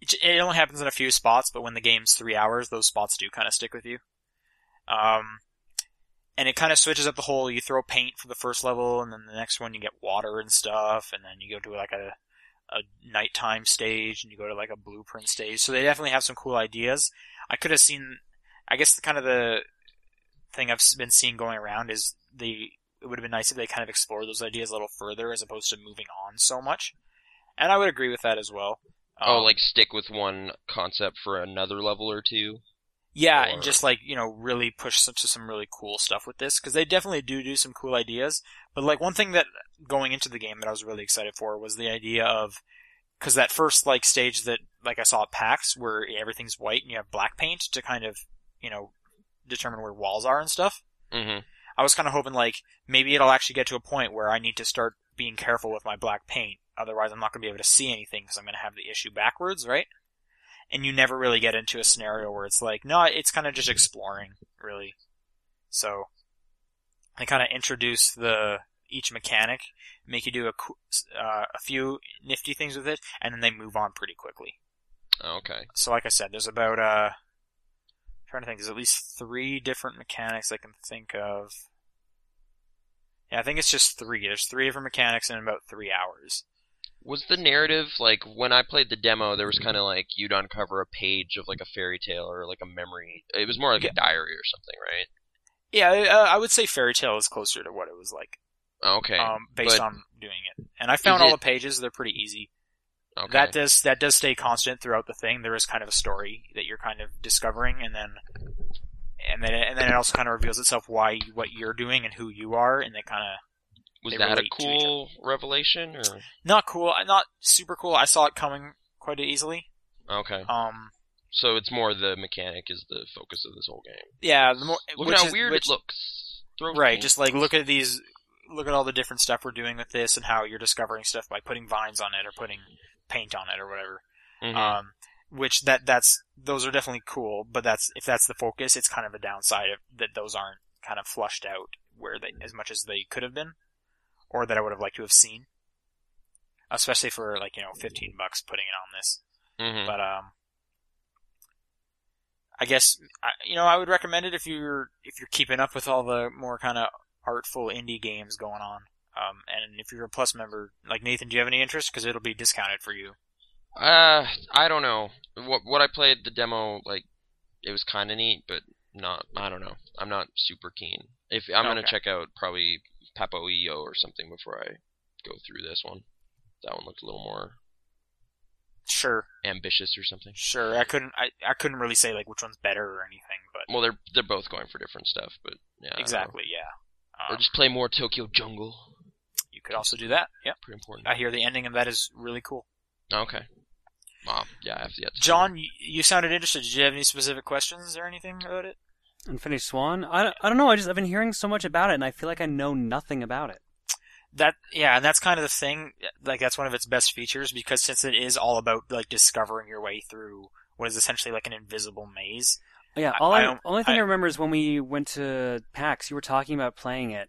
It, it only happens in a few spots, but when the game's three hours, those spots do kind of stick with you. Um, and it kind of switches up the whole. You throw paint for the first level, and then the next one you get water and stuff, and then you go to like a a nighttime stage, and you go to like a blueprint stage. So they definitely have some cool ideas. I could have seen. I guess the kind of the thing I've s- been seeing going around is the. It would have been nice if they kind of explored those ideas a little further, as opposed to moving on so much. And I would agree with that as well.
oh,
Um,
like stick with one concept for another level or two.
Yeah,
or-
and just like you know, really push some, to some really cool stuff with this because they definitely do do some cool ideas. But like one thing that going into the game that I was really excited for was the idea of because that first like stage that like I saw at PAX where everything's white and you have black paint to kind of you know determine where walls are and stuff.
hmm
I was kind of hoping like maybe it'll actually get to a point where I need to start being careful with my black paint. Otherwise, I'm not going to be able to see anything because I'm going to have the issue backwards, right? And you never really get into a scenario where it's like, no, it's kind of just exploring, really. So they kind of introduce the each mechanic, make you do a cou- uh, a few nifty things with it, and then they move on pretty quickly.
Oh, Okay.
So, like I said, there's about uh, I'm trying to think. There's at least three different mechanics I can think of. Yeah, I think it's just three. There's three different mechanics in about three hours.
Was the narrative like when I played the demo? There was kind of like you'd uncover a page of like a fairy tale or like a memory. It was more like
Yeah.
a diary or something, right?
Yeah, uh, I would say fairy tale is closer to what it was like,
Okay.
um, based
but-
on doing it. And I found all
it-
the pages; they're pretty easy.
okay.
That does that does stay constant throughout the thing. There is kind of a story that you're kind of discovering, and then and then and then it also kind of reveals itself why what you're doing and who you are, and they kind of
was
they
that a
relate to each other.
cool revelation or
not cool, not super cool. I saw it coming quite easily.
okay?
Um,
So it's more the mechanic is the focus of this whole game.
yeah, the more
Look
which
at how
is-
weird
which-
it looks. Throw
Right,
things.
just like look at these, look at all the different stuff we're doing with this, and how you're discovering stuff by putting vines on it or putting paint on it or whatever.
Mhm.
Um, which that that's those are definitely cool, but that's if that's the focus, it's kind of a downside of, that those aren't kind of flushed out where they as much as they could have been, or that I would have liked to have seen. Especially for like you know fifteen bucks putting it on this.
Mhm.
But um, I guess I- you know I would recommend it if you're if you're keeping up with all the more kind of artful indie games going on. Um, and if you're a plus member, like Nathan, do you have any interest? Because it'll be discounted for you.
Uh, I don't know. What what I played the demo like, it was kind of neat, but not. I don't know. I'm not super keen. If I'm gonna
Okay.
check out probably Papo EO or something before I go through this one. That one looked a little more
Sure,
ambitious or something.
sure. I couldn't I, I couldn't really say like which one's better or anything, but
Well, they're they're both going for different stuff, but yeah. I don't know.
exactly, yeah.
Or
Um,
just play more Tokyo Jungle.
you could also do that. Yep.
Pretty important.
I hear the ending of that is really cool.
okay. Mom, yeah, I have to.
John, you, you sounded interested. Did you have any specific questions or anything about it?
Unfinished Swan? I, don't- I don't know. I just I've been hearing so much about it, and I feel like I know nothing about it.
that yeah and that's kind of the thing like that's one of its best features because since it is all about like discovering your way through what is essentially like an invisible maze
Yeah,
I-
all
I
I,
don't-
only thing I,
I-
remember is when we went to PAX, you were talking about playing it,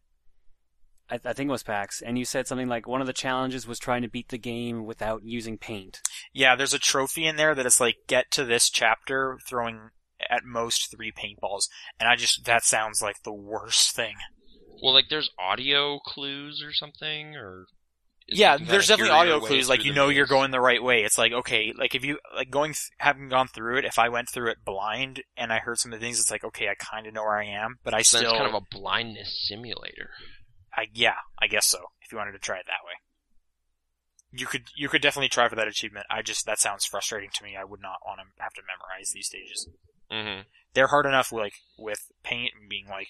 I, I think it was PAX, and you said something like one of the challenges was trying to beat the game without using paint.
Yeah, there's a trophy in there that it's like get to this chapter throwing at most three paintballs, and I just that sounds like the worst thing.
Well, like there's audio clues or something, or is
yeah,
you can
there's
kinda
definitely
hear your
audio
way
clues. Like
through
you
the
know you're
maze.
going the right way. It's like okay, like if you like going th- having gone through it, if I went through it blind and I heard some of the things, it's like okay, I kind of know where I am, but I
So
still
That's kind of a blindness simulator.
I, yeah, I guess so. If you wanted to try it that way, you could you could definitely try for that achievement. I just that sounds frustrating to me. I would not want to have to memorize these stages.
Mm-hmm.
They're hard enough, like with paint and being like,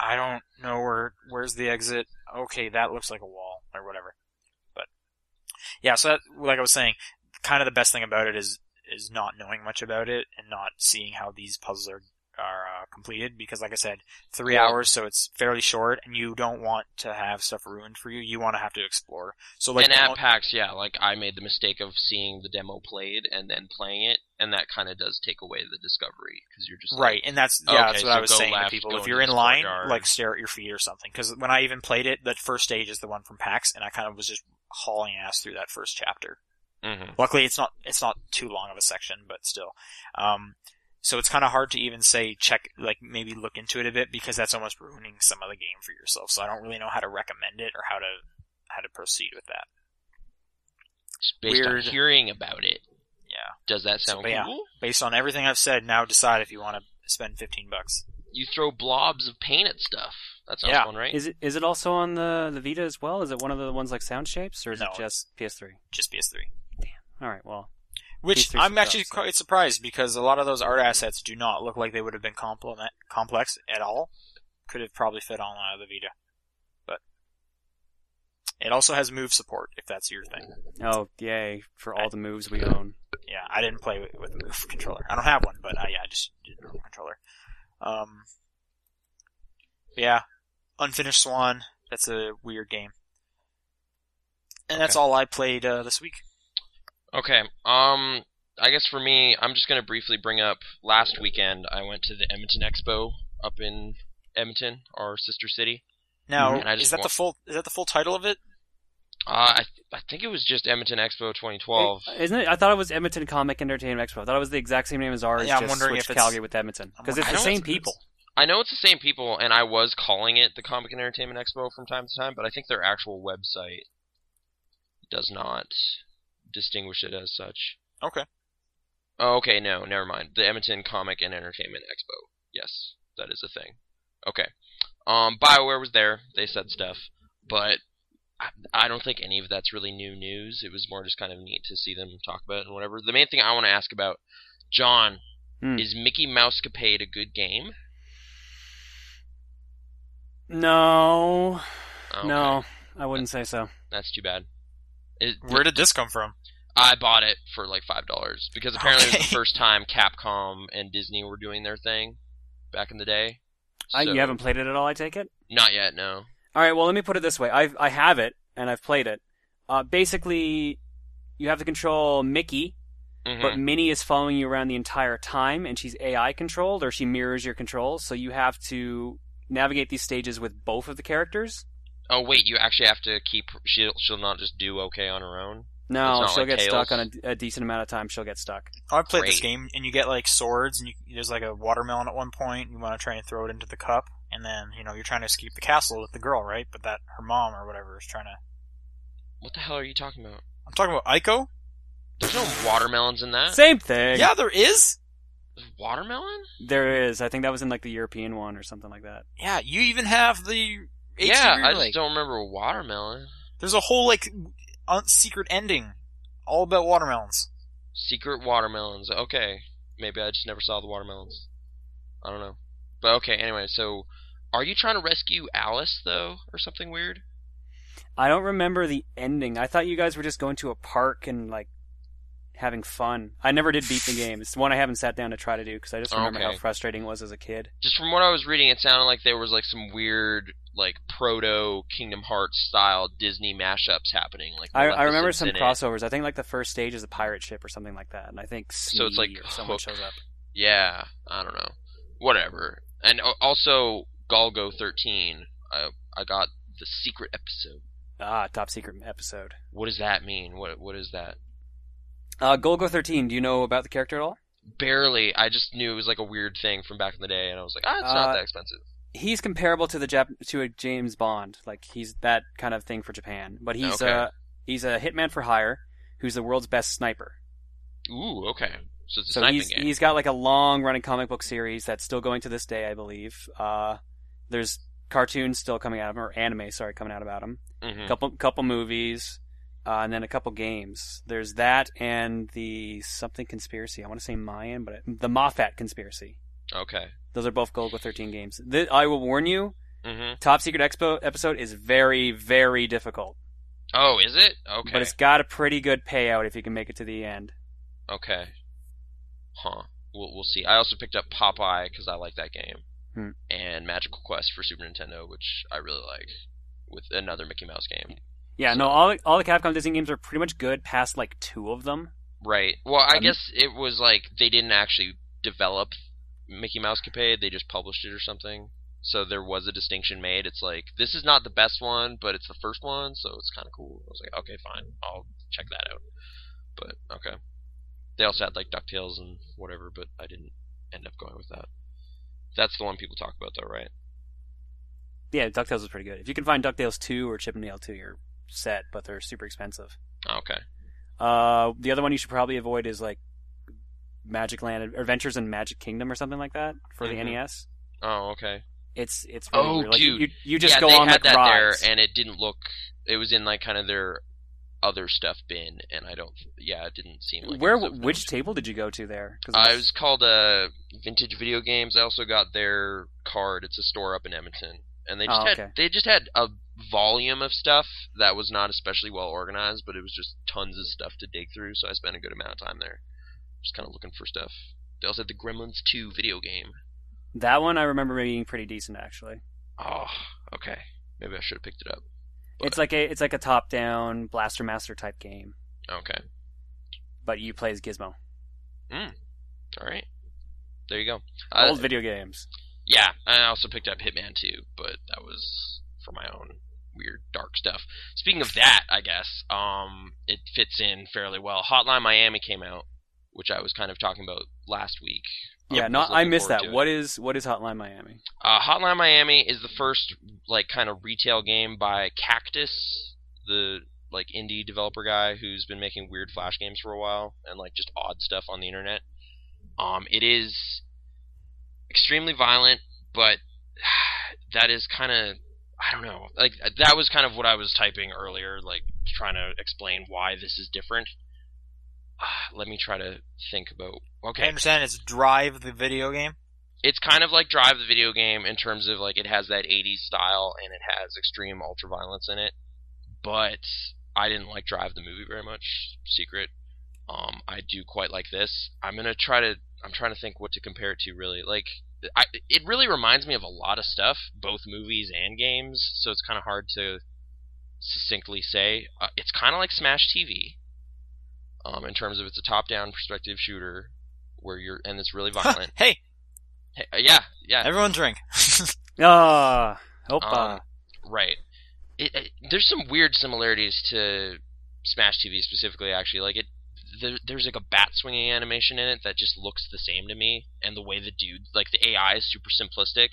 I don't know where where's the exit. Okay, that looks like a wall or whatever. But yeah, so that, like I was saying, kind of the best thing about it is is not knowing much about it and not seeing how these puzzles are are uh, completed because, like I said, three
Yeah.
hours, so it's fairly short, and you don't want to have stuff ruined for you. You want to have to explore. So like,
and
the
at
on-
PAX, yeah, like I made the mistake of seeing the demo played and then playing it, and that kind of does take away the discovery because you're just like,
Right, and that's yeah,
Okay,
that's what
so
I was
go
saying
left,
to people.
go
If
into
you're in
this
line,
courtyard.
like stare at your feet or something. Because when I even played it, that first stage is the one from PAX, and I kind of was just hauling ass through that first chapter.
Mhm.
Luckily, it's not it's not too long of a section, but still. Um, so it's kind of hard to even say check like maybe look into it a bit because that's almost ruining some of the game for yourself. So I don't really know how to recommend it or how to how to proceed with that.
Just based
Weird.
on hearing about it.
Yeah,
Does that sound
but yeah.
cool?
based on everything I've said, now decide if you want to spend fifteen bucks.
You throw blobs of paint at stuff. That sounds
Yeah.
fun, right?
Is it is it also on the the Vita as well? Is it one of the ones like Sound Shapes, or is
No,
it just PS3?
Just PS3.
All right, well,
Which
P3
I'm actually
success.
quite surprised because a lot of those art assets do not look like they would have been complement complex at all. Could have probably fit on uh, the Vita, but it also has move support if that's your thing.
oh yay for all the moves we own.
Yeah, I didn't play with, with a move controller. I don't have one, but I, yeah, I just did a normal controller. Um, yeah, unfinished Swan. That's a weird game, and that's all I played uh, this week.
Okay. Um, I guess for me, I'm just gonna briefly bring up last weekend. I went to the Edmonton Expo up in Edmonton, our sister city.
Now,
Mhm. And I
is
just
that the
want-
full is that the full title of it?
Uh, I I think it was just Edmonton Expo 2012.
It- Isn't it? I thought it was Edmonton Comic Entertainment Expo. I thought it was the exact same name as ours.
Yeah, I'm
just
wondering
switched
if it's-
Calgary with Edmonton
I'm
because it's
wondering- I
the
know
same
it's-
people.
I know it's the same people, and I was calling it the Comic and Entertainment Expo from time to time, but I think their actual website does not distinguish it as such.
Okay.
Oh, okay, no, never mind. The Edmonton Comic and Entertainment Expo. Yes, that is a thing. Okay. Um, BioWare was there. They said stuff, but I, I don't think any of that's really new news. It was more just kind of neat to see them talk about it and whatever. The main thing I want to ask about, John,
Hmm.
is Mickey Mouse Capade a good game?
No,
Oh, Okay,
no, I wouldn't say so.
that's too bad. It,
Where did this come from?
I bought it for like five dollars because apparently it was
Okay.
the first time Capcom and Disney were doing their thing back in the day.
I,
So-
you haven't played it at all, I take it.
Not yet, no.
All right, well, let me put it this way: I've I have it and I've played it. Uh, basically, you have to control Mickey,
Mhm.
but Minnie is following you around the entire time, and she's AI controlled, or she mirrors your controls. So you have to navigate these stages with both of the characters.
Oh wait, you actually have to keep. She'll she'll not just do okay on her own. It's
No,
not
she'll
like
get
Tails.
stuck on a, a decent amount of time. She'll get stuck.
Oh, I played this
Great.
game, and you get like swords, and you, there's like a watermelon at one point. And you want to try and throw it into the cup, and then you know you're trying to escape the castle with the girl, right? But that her mom or whatever is trying to.
What the hell are you talking about?
I'm talking about Ico.
There's no watermelons in that.
Same thing.
Yeah, there is.
There's Watermelon?
There is. I think that was in like the European one or something like that.
Yeah, you even have the. HD
yeah, I
remake.
just don't remember a watermelon.
There's a whole like un- secret ending, all about watermelons.
Secret watermelons. Okay, maybe I just never saw the watermelons. I don't know. But okay, anyway. So, are you trying to rescue Alice though, or something weird?
I don't remember the ending. I thought you guys were just going to a park and like having fun. I never
*sighs*
did beat the game. It's the one I haven't sat down to try to do because I just remember
Okay.
how frustrating it was as a kid.
Just from what I was reading, it sounded like there was like some weird like proto Kingdom Hearts style Disney mashups happening. Like
I, I
Maleficent's
remember some
in it.
crossovers. I think like the first stage is a pirate ship or something like that, and I think
So it's
Smee
like
or someone
Hook.
shows up.
Yeah, I don't know. Whatever. And a- also Galgo 13. I I got the secret episode.
Ah, top secret episode.
What does that mean? What what is that?
Uh, Golgo 13, do you know about the character at all?
Barely. I just knew it was like a weird thing from back in the day, and I was like, ah, it's
Uh,
not that expensive.
He's comparable to the Jap- to a James Bond. Like, he's that kind of thing for Japan. But he's,
Okay.
uh, he's a hitman for hire who's the world's best sniper.
Ooh, okay. So it's a
so
sniping
he's
game.
he's got like a long running comic book series that's still going to this day, I believe. Uh, there's cartoons still coming out of him, or anime, sorry, coming out about him.
Mhm.
Couple couple movies, uh, and then a couple games. There's that and the something conspiracy. I want to say Mayan, but it, the Moffat conspiracy.
Okay.
Those are both Golgo 13 games. Th I will warn you,
hmm
Top Secret Expo episode is very very difficult,
Oh, is it? Okay.
but it's got a pretty good payout if you can make it to the end.
Okay. Huh. We'll, we'll see. I also picked up Popeye because I like that game,
Hmm.
and Magical Quest for Super Nintendo, which I really like, with another Mickey Mouse game.
Yeah, no,
So-
all the, all the Capcom Disney games are pretty much good past like two of them.
Right. Well, I
Um,
guess it was like they didn't actually develop Mickey Mouse Capade; they just published it or something. So there was a distinction made. It's like this is not the best one, but it's the first one, so it's kind of cool. I was like, okay, fine, I'll check that out. But okay, they also had like Ducktales and whatever, but I didn't end up going with that. That's the one people talk about, though, right?
Yeah, DuckTales is pretty good. If you can find DuckTales 2 or Chip and Dale 2, you're set, but they're super expensive.
Ah, Okay.
Uh, the other one you should probably avoid is like Magic Land or Adventures in Magic Kingdom or something like that for
Mhm.
the NES.
Oh, okay.
It's it's really
Oh,
weird. Like,
dude.
You, you just
yeah,
go
they
on
had
the
that
rides.
there, and it didn't look. It was in like kind of their other stuff bin, and I don't. Yeah, it didn't seem like. it
Where
was up
which
there.
table did you go to there? 'Cause
Uh,
it's-
it was called uh, Vintage Video Games. I also got their card. It's a store up in Edmonton, and they just
Oh,
had
okay.
they just had a volume of stuff that was not especially well organized, but it was just tons of stuff to dig through. So I spent a good amount of time there, just kind of looking for stuff. They also had the Gremlins 2 video game.
that one I remember being pretty decent actually.
Oh, okay. Maybe I should have picked it up. But-
It's like a it's like a top down blaster master type game,
Okay.
but you play as Gizmo.
All right. There you go. Uh,
Old video games.
Yeah, and I also picked up Hitman 2, but that was for my own weird dark stuff. Speaking of that, I guess um, it fits in fairly well. Hotline Miami came out, which I was kind of talking about last week.
Yeah,
was
not I
looking
missed
forward
that.
to it.
What is what is Hotline Miami?
Uh, Hotline Miami is the first like kind of retail game by Cactus, the like indie developer guy who's been making weird flash games for a while and like just odd stuff on the internet. Um, it is extremely violent, but *sighs* that is kind of I don't know. Like that was kind of what I was typing earlier, like trying to explain why this is different. *sighs* Ah, Let me try to think about. Okay,
I understand it's Drive the video game.
it's kind of like Drive the video game in terms of like it has that 80s style and it has extreme ultra violence in it. But I didn't like Drive the movie very much. Secret. Um, I do quite like this. I'm gonna try to. I'm trying to think what to compare it to. Really, like I, it really reminds me of a lot of stuff, both movies and games. So it's kind of hard to succinctly say. Uh, it's kind of like Smash TV. Um, in terms of it's a top-down perspective shooter where you're and it's really
Huh,
violent.
hey,
Hey, uh, yeah, yeah.
everyone
*laughs*
drink.
Ah, Opa.
Um, right. It, it, there's some weird similarities to Smash TV specifically. Actually, like it, there, there's like a bat swinging animation in it that just looks the same to me, and the way the dude, like the AI, is super simplistic.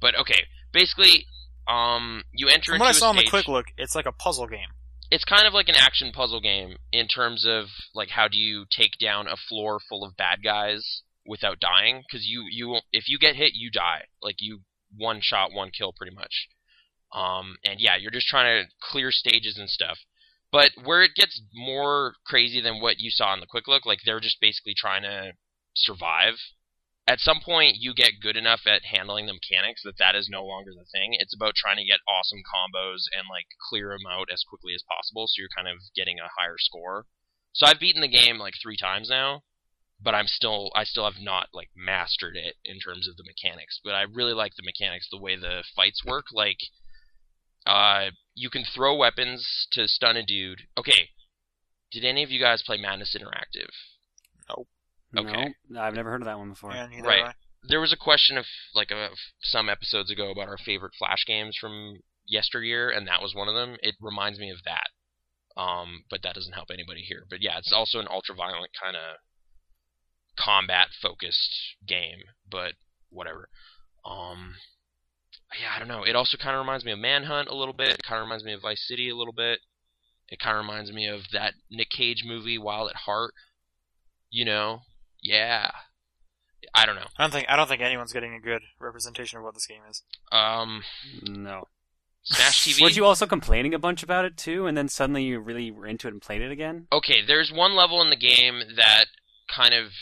But okay, basically, um, you enter
*laughs* From
into
what I
a
saw on the
stage-
quick look, it's like a puzzle game.
it's kind of like an action puzzle game in terms of like how do you take down a floor full of bad guys without dying because you you if you get hit you die like you one shot one kill pretty much um and yeah you're just trying to clear stages and stuff but where it gets more crazy than what you saw in the quick look like they're just basically trying to survive at some point you get good enough at handling the mechanics that that is no longer the thing. It's about trying to get awesome combos and like clear them out as quickly as possible, so you're kind of getting a higher score. So I've beaten the game like three times now, but I'm still I still have not like mastered it in terms of the mechanics. But I really like the mechanics, the way the fights work. Like, uh, you can throw weapons to stun a dude. Okay, did any of you guys play Madness Interactive? okay.
No, I've never heard of that one before.
Yeah, neither
Right.
have I.
there was a question of like of some episodes ago about our favorite Flash games from yesteryear, and that was one of them. It reminds me of that. Um, but that doesn't help anybody here. But yeah, it's also an ultra-violent kind of combat-focused game. But whatever. Um, yeah, I don't know. It also kind of reminds me of Manhunt a little bit. It kind of reminds me of Vice City a little bit. It kind of reminds me of that Nick Cage movie, Wild at Heart. You know, yeah. I don't know.
I don't think I don't think anyone's getting a good representation of what this game is.
Um,
No.
Smash TV.
Weren't you also complaining a bunch about it too, and then suddenly you really were into it and played it again?
okay, there's one level in the game that kind of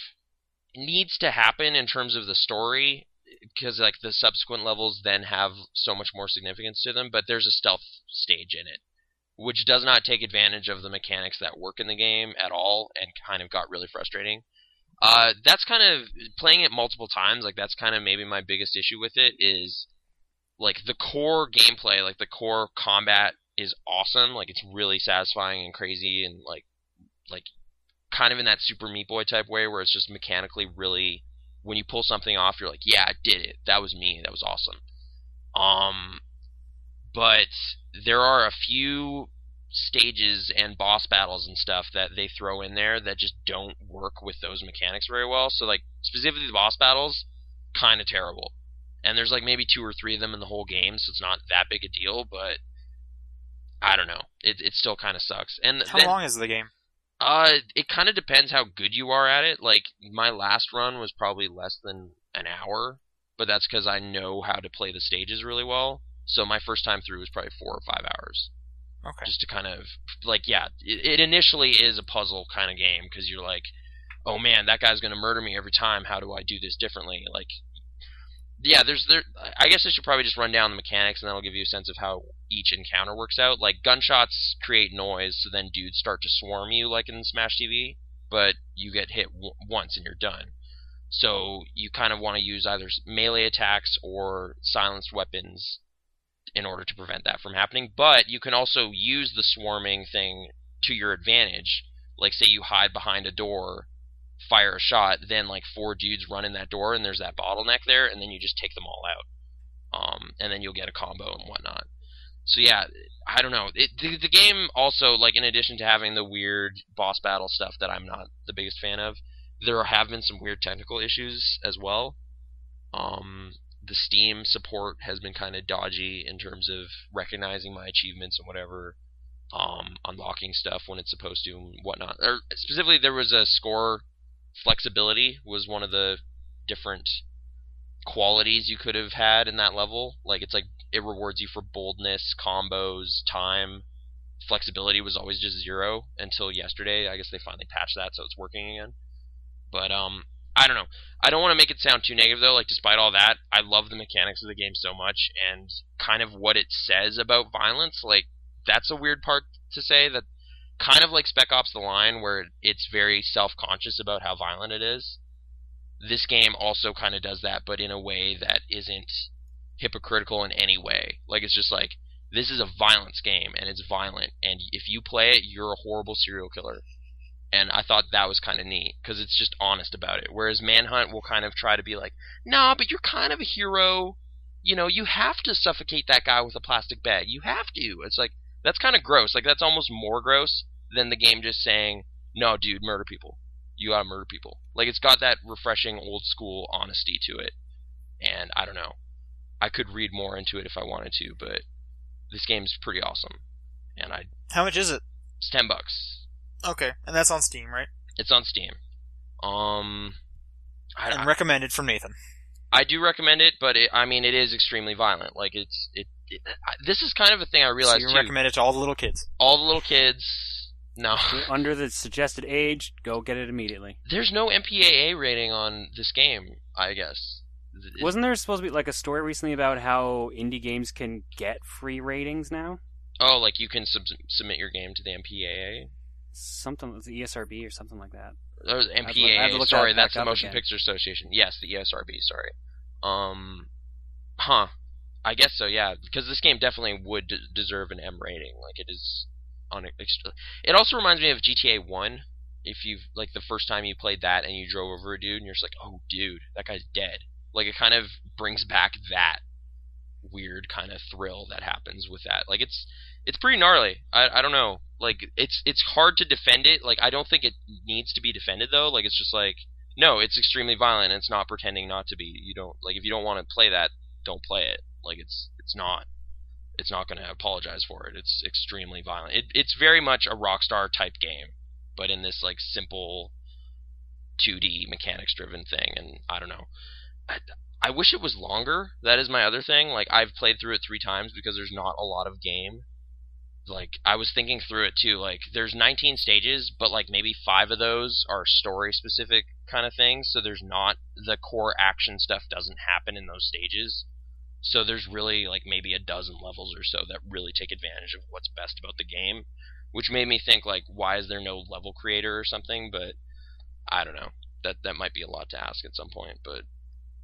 needs to happen in terms of the story because like the subsequent levels then have so much more significance to them, but there's a stealth stage in it which does not take advantage of the mechanics that work in the game at all and kind of got really frustrating. Uh, that's kind of playing it multiple times, like that's kind of maybe my biggest issue with it is like the core gameplay, like the core combat is awesome, like it's really satisfying and crazy and like like kind of in that Super Meat Boy type way where it's just mechanically really when you pull something off you're like, yeah, I did it. That was me. That was awesome. Um but there are a few stages and boss battles and stuff that they throw in there that just don't work with those mechanics very well. So like specifically the boss battles kind of terrible. And there's like maybe two or three of them in the whole game, so it's not that big a deal, but I don't know. It it still kind of sucks. And
How
then-
long is the game?
uh, it kind of depends how good you are at it. Like my last run was probably less than an hour, but that's because I know how to play the stages really well. So my first time through was probably four or five hours,
Okay.
just to kind of like yeah, it, it initially is a puzzle kind of game because you're like, oh man, that guy's gonna murder me every time. How do I do this differently? Like, yeah, there's there. I guess I should probably just run down the mechanics and that'll give you a sense of how each encounter works out. Like gunshots create noise, so then dudes start to swarm you, like in Smash TV. But you get hit w- once and you're done. So you kind of want to use either s- melee attacks or silenced weapons in order to prevent that from happening. But you can also use the swarming thing to your advantage. Like say you hide behind a door, fire a shot, then like four dudes run in that door and there's that bottleneck there, and then you just take them all out. Um, and then you'll get a combo and whatnot. So yeah, I don't know. It, the, the game also, like, in addition to having the weird boss battle stuff that I'm not the biggest fan of, there have been some weird technical issues as well. Um, the Steam support has been kind of dodgy in terms of recognizing my achievements and whatever, um, unlocking stuff when it's supposed to and whatnot. Or specifically, there was a score flexibility was one of the different qualities you could have had in that level. Like it's like it rewards you for boldness, combos, time. Flexibility was always just zero until yesterday. I guess they finally patched that, so it's working again. But um, I don't know. I don't want to make it sound too negative though. Like despite all that, I love the mechanics of the game so much, and kind of what it says about violence. Like that's a weird part to say that. Kind of like Spec Ops: The Line, where it's very self-conscious about how violent it is this game also kind of does that, but in a way that isn't hypocritical in any way. Like it's just like this is a violence game and it's violent, and if you play it, you're a horrible serial killer. And I thought that was kind of neat because it's just honest about it. Whereas Manhunt will kind of try to be like, nah, but you're kind of a hero. You know, you have to suffocate that guy with a plastic bag. You have to. It's like that's kind of gross. Like that's almost more gross than the game just saying, no, dude, murder people you gotta murder people. Like it's got that refreshing old school honesty to it. And I don't know. I could read more into it if I wanted to, but this game's pretty awesome. And I
How much is it?
it's ten bucks.
Okay, and that's on Steam, right?
It's on Steam. Um I,
And
I,
recommended from Nathan.
I do recommend it, but it, I mean it is extremely violent. Like it's it, it I, this is kind of a thing I
So
realized
you
too.
recommend it to all the little kids.
All the little kids. No. *laughs*
If you're under the suggested age, go get it immediately.
There's no MPAA rating on this game, I guess. Th-
Wasn't there supposed to be like a story recently about how indie games can get free ratings now?
Oh, like you can sub- submit your game to the MPAA?
Something E with the ESRB or something like that.
Or the
have to look- I have to
MPAA,
look
sorry,
that back
that's the
up
Motion
again.
Picture Association. Yes, the E ESRB, sorry. Um, huh. I guess so, yeah, because this game definitely would d- deserve an M rating. Like, it is on extra. It also reminds me of GTA 1. If you've, like, the first time you played that and you drove over a dude and you're just like, oh, dude, that guy's dead. Like, it kind of brings back that weird kind of thrill that happens with that. Like it's it's pretty gnarly. I I don't know. Like it's it's hard to defend it. Like I don't think it needs to be defended though. Like it's just like no, it's extremely violent. And it's not pretending not to be. You don't like if you don't want to play that, don't play it. Like it's it's not it's not going to apologize for it. It's extremely violent. It, it's very much a Rockstar type game, but in this like simple 2D mechanics driven thing. And I don't know. I, I wish it was longer. That is my other thing. Like I've played through it three times because there's not a lot of game. Like I was thinking through it too. Like there's 19 stages, but like maybe five of those are story specific kind of things. So there's not the core action stuff doesn't happen in those stages. So there's really like maybe a dozen levels or so that really take advantage of what's best about the game, which made me think like why is there no level creator or something? But I don't know. That that might be a lot to ask at some point, but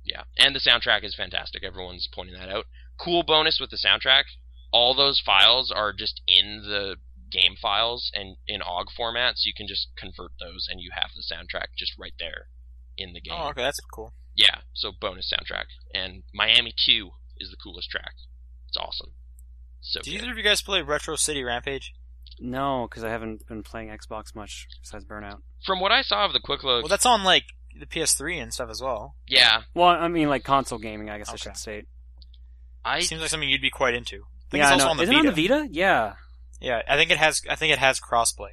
yeah. And the soundtrack is fantastic. Everyone's pointing that out. Cool bonus with the soundtrack. All those files are just in the game files and in OGG format, so you can just convert those and you have the soundtrack just right there in the game.
Oh, okay, that's cool.
Yeah, so bonus soundtrack. And Miami 2 is the coolest track. It's awesome. So
Did
good.
either of you guys play Retro City Rampage?
No, because I haven't been playing Xbox much besides Burnout.
From what I saw of the quick look,
Well, that's on like the PS3 and stuff as well.
yeah,
Well, I mean, like console gaming, I guess I
Okay.
should state.
I
Seems like something you'd be quite into. I think
yeah,
it's
I
also
know.
on the
Is
Vita.
it on the Vita? Yeah.
Yeah, I think it has. I think it has crossplay.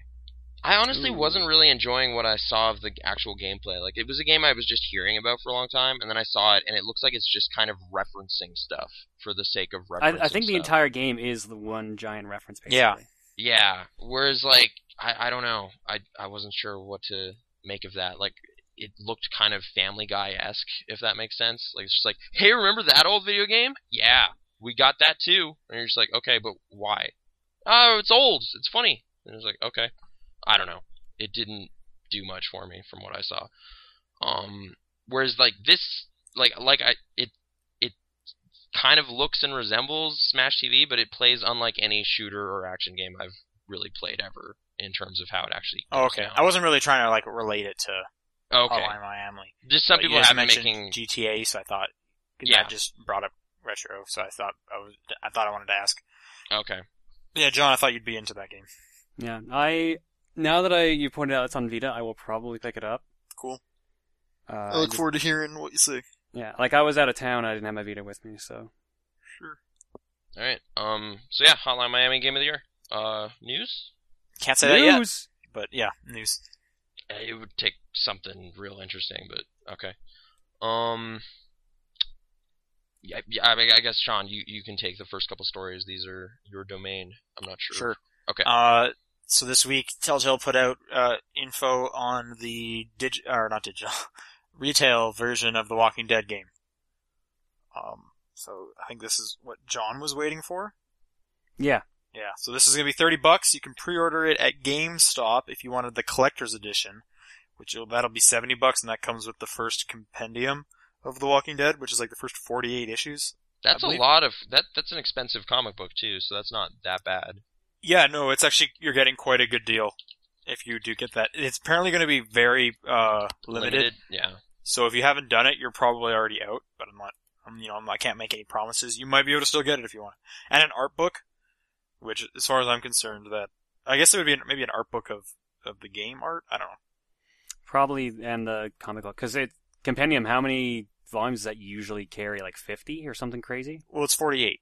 I honestly
Ooh.
wasn't really enjoying what I saw of the actual gameplay. Like it was a game I was just hearing about for a long time, and then I saw it, and it looks like it's just kind of referencing stuff for the sake of
I,
referencing.
I think the
stuff.
entire game is the one giant reference. Basically.
Yeah.
Yeah. Whereas, like, I, I don't know. I I wasn't sure what to make of that. Like, it looked kind of Family Guy esque, if that makes sense. Like, it's just like, hey, remember that old video game? Yeah, we got that too. And you're just like, okay, but why? Oh, it's old. It's funny. And it's like, okay, I don't know. It didn't do much for me from what I saw. Um, whereas like this, like like I it it kind of looks and resembles Smash TV, but it plays unlike any shooter or action game I've really played ever in terms of how it actually.
Oh,
goes
okay. Oh,
down.
I wasn't really trying to like relate it to
Okay.
Hotline Miami.
Just some
But
people
you guys
have been
mentioned
making.
GTA, so I thought
Yeah.
that just brought up retro. So I thought I was. I thought I wanted to ask.
Okay.
Yeah, John, I thought you'd be into that game.
Yeah. I now that I you pointed out it's on Vita, I will probably pick it up.
Cool.
Uh, just-
forward to hearing what you say.
Yeah. Like I was out of town, I didn't have my Vita with me, so
Sure.
All right. Um. So yeah, Hotline Miami Game of the Year. Uh, news.
Can't say that yet.
News!
But yeah, news.
Uh, It would take something real interesting, but okay. Um. Yeah, yeah, I, mean, I guess Sean, you, you can take the first couple stories. These are your domain. I'm not sure.
Sure.
Okay.
Uh, so this week, Telltale put out uh, info on the dig or not digital *laughs* retail version of the Walking Dead game. Um, so I think this is what John was waiting for.
Yeah.
Yeah. So this is gonna be thirty bucks. You can pre-order it at GameStop if you wanted the collector's edition, which will that'll be seventy bucks, and that comes with the first compendium of The Walking Dead, which is like the first forty-eight issues.
That's a
believe-
lot of that. That's an expensive comic book too, so that's not that bad.
Yeah, no, it's actually you're getting quite a good deal if you do get that. It's apparently going to be very uh, limited,
yeah.
so if you haven't done it, you're probably already out. But I'm not, I'm, you know, I'm, I can't make any promises. You might be able to still get it if you want, and an art book, which, as far as I'm concerned, that I guess it would be an, maybe an art book of of the game art. I don't know.
Probably and the comic book because it compendium. How many volumes does that usually carry? Like fifty or something crazy?
Well, it's 48.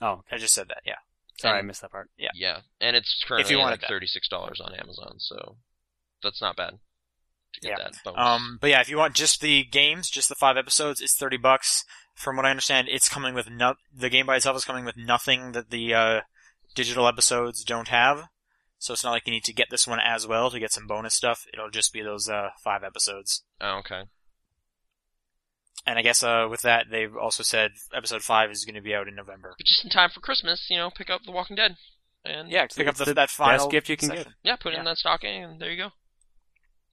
Oh,
I just said that. Yeah.
sorry, I
And-
missed that part.
yeah, And it's currently
wanted
like
that.
thirty six dollars on Amazon, so that's not bad. To get
Yeah.
that bonus.
Um, but yeah, if you want just the games, just the five episodes, it's thirty bucks. From what I understand, it's coming with no- the game by itself is coming with nothing that the uh, digital episodes don't have. So it's not like you need to get this one as well to get some bonus stuff. It'll just be those uh, five episodes.
Oh, okay.
And I guess uh, with that, they've also said episode five is going to be out in November.
But just in time for Christmas, you know, pick up The Walking Dead, and
Yeah, pick up
It's
the,
the
that final
best gift you can
section.
yeah, put it in
Yeah.
that stocking, and there you go.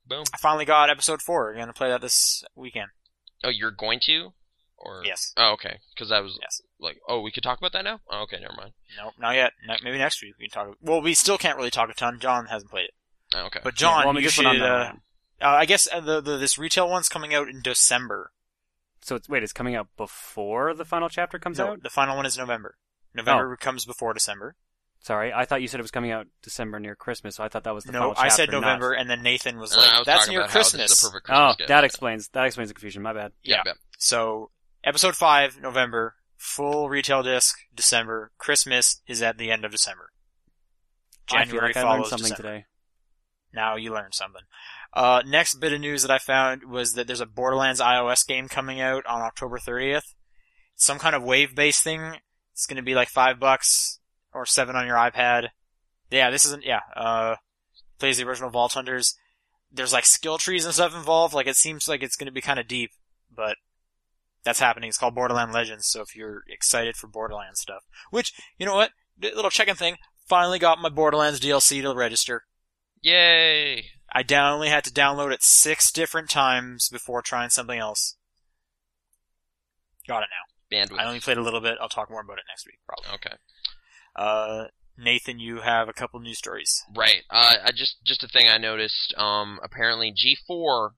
Boom.
I finally got episode four. I'm going to play that this weekend.
Oh, you're going to, or
Yes.
Oh, okay. Because I was
Yes.
like, oh, we could talk about that now. Oh, okay, never mind.
Nope, not yet. No, maybe next week we can talk. Well, we still can't really talk a ton. John hasn't played it,
Oh, okay.
but
Yeah,
John,
well, I mean,
you
just
should.
went on that
uh,
one.
Uh, I guess uh, the, the this retail one's coming out in December.
So it's wait, it's coming out before the final chapter comes
No,
out.
the final one is November.
Oh.
November comes before December.
Sorry, I thought you said it was coming out December near Christmas, so I thought that was the
No,
final
I
chapter,
said
not-
November, and then Nathan was
Uh,
like,
I was
"That's
talking
near
about how this is
Christmas."
the perfect Christmas
oh,
gift.
that explains that explains the confusion. My bad.
Yeah,
yeah. So, episode five, November, full retail disc, December. Christmas is at the end of December. January
I feel like I learned
follows
something
December.
today.
Now you learn something. Uh, next bit of news that I found was that there's a Borderlands iOS game coming out on October 30th. It's some kind of wave-based thing. It's going to be like five bucks or seven on your iPad. Yeah, this isn't. Yeah, uh, plays the original Vault Hunters. There's like skill trees and stuff involved. Like it seems like it's going to be kind of deep, but that's happening. It's called Borderland Legends. So if you're excited for Borderlands stuff, which you know what, D- little check-in thing. Finally got my Borderlands DLC to register.
Yay!
I down- only had to download it six different times before trying something else. Got it now.
Bandwidth.
I only played a little bit. I'll talk more about it next week, probably.
Okay.
Uh, Nathan, you have a couple news stories.
Right. Uh, I just just a thing I noticed. Um, apparently G4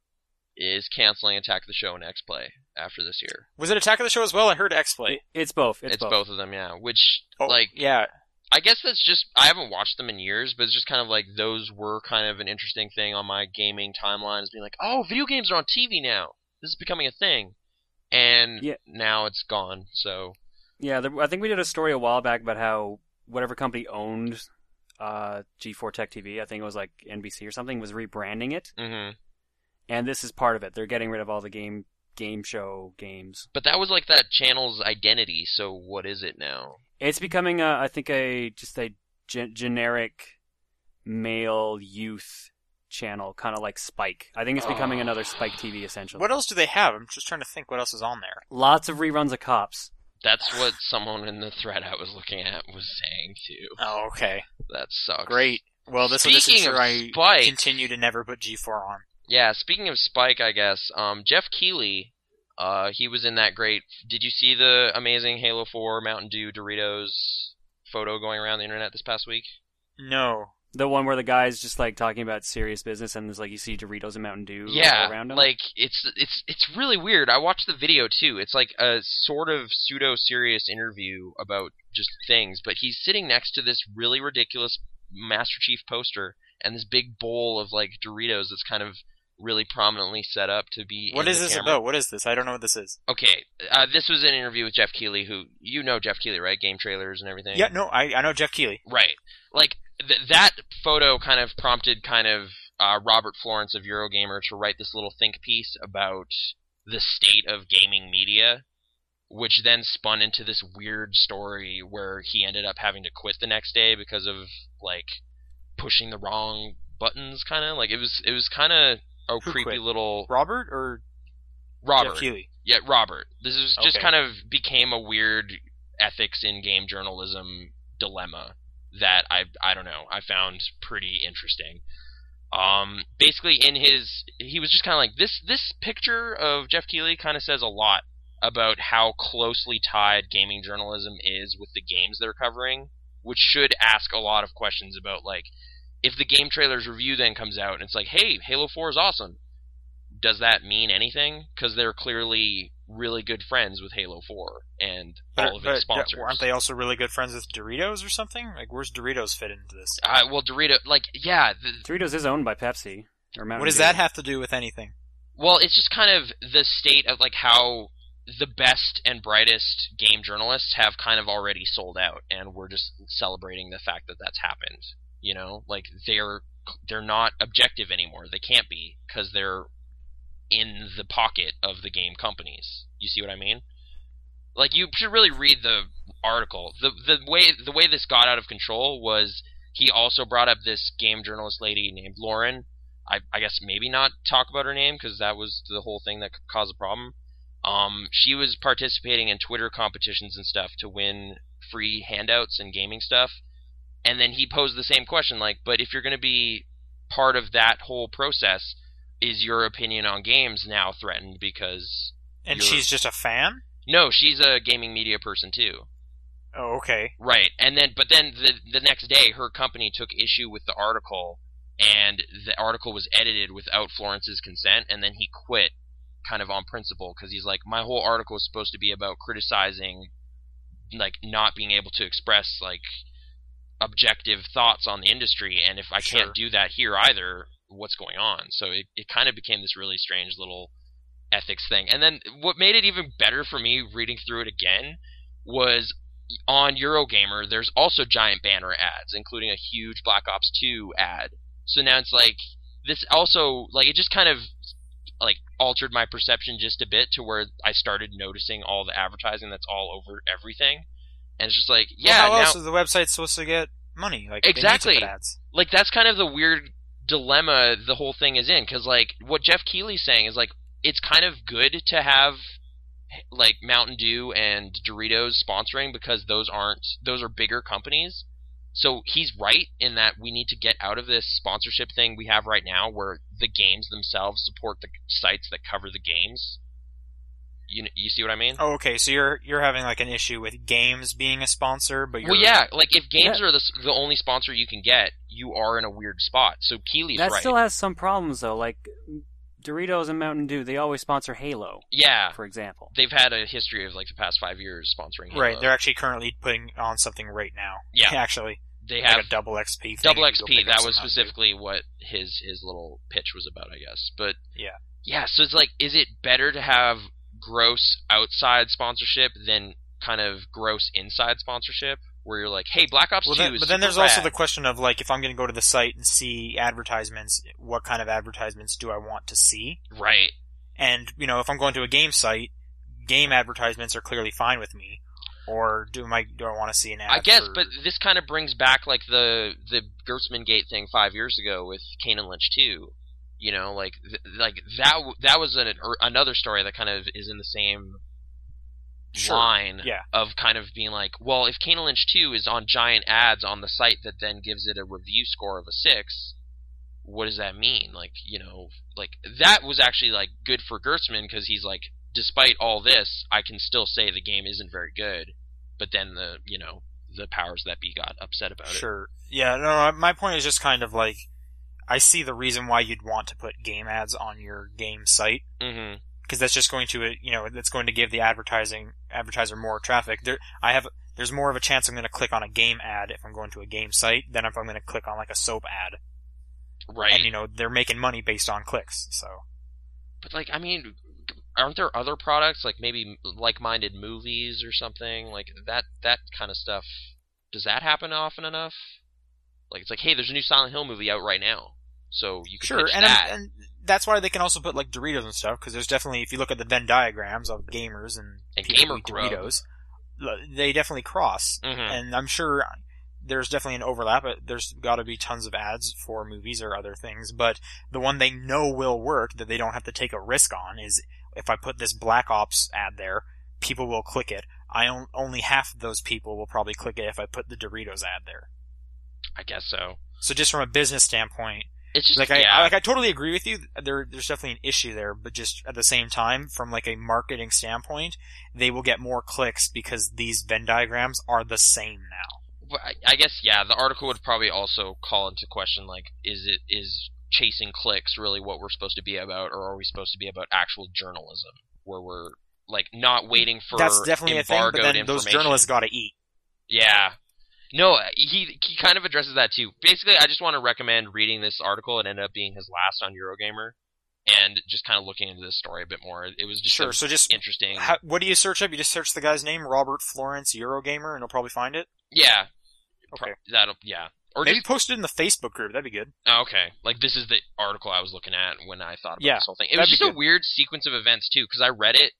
is canceling Attack of the Show and X Play after this year.
Was it Attack of the Show as well? I heard X Play.
It's both. It's,
It's, both of them, yeah. Which
Oh,
like
yeah,
I guess that's just I haven't watched them in years, but it's just kind of like those were kind of an interesting thing on my gaming timeline is being like, oh, video games are on TV now. This is becoming a thing, and
Yeah.
now it's gone. So
Yeah, there, I think we did a story a while back about how whatever company owned uh, G4 Tech TV, I think it was like NBC or something, was rebranding it,
hmm
and this is part of it. They're getting rid of all the game game show games.
But that was like that channel's identity. So what is it now?
It's becoming, a, I think, a just a gen- generic male youth channel, kind of like Spike. I think it's becoming
Oh.
another Spike TV
uh,
essentially.
what else do they have? I'm just trying to think what else is on there.
Lots of reruns of Cops.
That's
*sighs*
what someone in the thread I was looking at was saying too.
Oh, okay,
That sucks.
great. Well, this will just
Speaking
ensure
of
I
Spike-
continue to never put G4 on.
Yeah, speaking of Spike, I guess um, Jeff Keeley, uh, he was in that great. Did you see the amazing Halo Four Mountain Dew Doritos photo going around the internet this past week?
No,
The one where the guy's just like talking about serious business, and there's like you see Doritos and Mountain Dew all
yeah,
around him.
like it's it's it's really weird. I watched the video too. It's like a sort of pseudo serious interview about just things, but he's sitting next to this really ridiculous Master Chief poster and this big bowl of like Doritos that's kind of really prominently set up to be.
what
in
is
the
this
camera.
about? What is this? I don't know what this is.
Okay, uh, this was an interview with Jeff Keeley, who you know Jeff Keeley, right? Game trailers and everything.
Yeah, no, I, I know Jeff Keeley.
Right. Like th- that photo kind of prompted kind of uh, Robert Florence of Eurogamer to write this little think piece about the state of gaming media, which then spun into this weird story where he ended up having to quit the next day because of like pushing the wrong buttons, kind of like it was it was kind of a
Who
creepy
quit?
little
Robert or
Robert.
Jeff Keeley?
Yeah, Robert. This is just
Okay.
kind of became a weird ethics in game journalism dilemma that I I don't know I found pretty interesting. Um, basically, in his he was just kind of like this. This picture of Jeff Keighley kind of says a lot about how closely tied gaming journalism is with the games they're covering, which should ask a lot of questions about like if the game trailers review then comes out and it's like, hey, Halo Four is awesome does that mean anything? Because they're clearly really good friends with Halo 4 and all of its sponsors.
aren't they also really good friends with Doritos or something? Like, where's Doritos fit into this?
Uh, well, Dorito, like, yeah. th
Doritos is owned by Pepsi or Mountain
what does
Dew.
that have to do with anything?
well, it's just kind of the state of like how the best and brightest game journalists have kind of already sold out, and we're just celebrating the fact that that's happened. You know, like they're they're not objective anymore. They can't be because they're in the pocket of the game companies. You see what I mean? Like you should really read the article. The the way the way this got out of control was he also brought up this game journalist lady named Lauren. I, I guess maybe not talk about her name because that was the whole thing that could cause a problem. Um, she was participating in Twitter competitions and stuff to win free handouts and gaming stuff. And then he posed the same question, like, but if you're going to be part of that whole process, is your opinion on games now threatened because
And
You're-
she's just a fan?
no, she's a gaming media person too.
Oh, okay.
Right. And then but then the the next day her company took issue with the article and the article was edited without Florence's consent and then he quit kind of on principle because he's like, my whole article is supposed to be about criticizing, like, not being able to express like objective thoughts on the industry, and if I
Sure.
can't do that here either, what's going on? So it it kind of became this really strange little ethics thing. And then what made it even better for me reading through it again was on Eurogamer, there's also giant banner ads, including a huge Black Ops 2 ad. So now it's like this also like it just kind of like altered my perception just a bit to where I started noticing all the advertising that's all over everything. And it's just like, yeah,
Well, how
now,
else is the website supposed to get money? Like they need to
Exactly.
put ads.
like that's kind of the weird dilemma the whole thing is in because like what jeff keeley's saying is like it's kind of good to have like mountain dew and doritos sponsoring because those aren't those are bigger companies so he's right in that we need to get out of this sponsorship thing we have right now where the games themselves support the sites that cover the games you, you see what i mean
Oh, okay. So you're you're having like an issue with games being a sponsor, but you're,
well yeah like if games are the, s- the only sponsor you can get you are in a weird spot so keeley's
that
right
still has some problems though. Like Doritos and Mountain Dew, they always sponsor Halo,
yeah
for example.
they've had a history of like the past five years sponsoring. Halo.
right. They're actually currently putting on something right now.
Yeah.
*laughs* actually,
they
like
have
a double XP. Thing
double
you can go
XP.
pick up
That
some
was
Mountain Dew.
specifically what his his little pitch was about, I guess. But
Yeah.
yeah. So it's like, is it better to have gross outside sponsorship than kind of gross inside sponsorship, where you're like, hey, Black Ops
Well,
Two
then,
is
but then
super
there's also
rad.
the question of like if I'm going to go to the site and see advertisements, what kind of advertisements do I want to see?
right.
And you know, if I'm going to a game site, game advertisements are clearly fine with me. Or do my do I want to see an ad?
I guess,
for-
but this kind of brings back like the the Gertzman Gate thing five years ago with Kane and Lynch too. You know, like th- like that w- that was an, er, another story that kind of is in the same
Sure.
line
yeah,
of kind of being like, well, if Kane and Lynch two is on giant ads on the site that then gives it a review score of a six, what does that mean? Like, you know, like that was actually like good for Gertzman because he's like, despite all this, I can still say the game isn't very good. But then the you know the powers that be got upset about it.
sure. Yeah, no, no, my point is just kind of like I see the reason why you'd want to put game ads on your game site
hmm
because that's just going to uh, you know that's going to give the advertising advertiser more traffic. There, I have there's more of a chance I'm going to click on a game ad if I'm going to a game site than if I'm going to click on like a soap ad.
Right.
And you know they're making money based on clicks, so
but like, I mean, aren't there other products like maybe like-minded movies or something like that? That kind of stuff. Does that happen often enough? Like, it's like, hey, there's a new Silent Hill movie out right now, so you can
sure.
pitch
And,
that.
I'm- and that's why they can also put like Doritos and stuff because there's definitely if you look at the Venn diagrams of gamers and,
And
people
gamer
who eat
grub.
Doritos, l- they definitely cross.
Mhm.
and I'm sure uh, there's definitely an overlap. but There's got to be tons of ads for movies or other things, but the one they know will work that they don't have to take a risk on is if I put this Black Ops ad there, people will click it. I on- only half of those people will probably click it if I put the Doritos ad there.
I guess so.
So just from a business standpoint,
It's just
like I,
yeah,
I like I totally agree with you. There, there's definitely an issue there, but just at the same time, from like a marketing standpoint, they will get more clicks because these Venn diagrams are the same now.
But I, I guess yeah. The article would probably also call into question like, is it is chasing clicks really what we're supposed to be about, or are we supposed to be about actual journalism where we're like not waiting for
that's definitely a thing. But
embargoed
then those
information?
journalists got to eat.
Yeah. No, uh, he he kind of addresses that too. Basically, I just want to recommend reading this article. It ended up being his last on Eurogamer, and just kind of looking into this story a bit more. It was just
Sure.
a-
So just
interesting.
how, what do you search up? You just search the guy's name, Robert Florence Eurogamer, and you'll probably find it.
yeah,
Okay.
that'll yeah. Or
Maybe
just
post it in the Facebook group. That'd be good.
oh, okay, like this is the article I was looking at when I thought about
Yeah,
this whole thing. It was
that'd be
just a
good.
weird sequence of events too, because I read it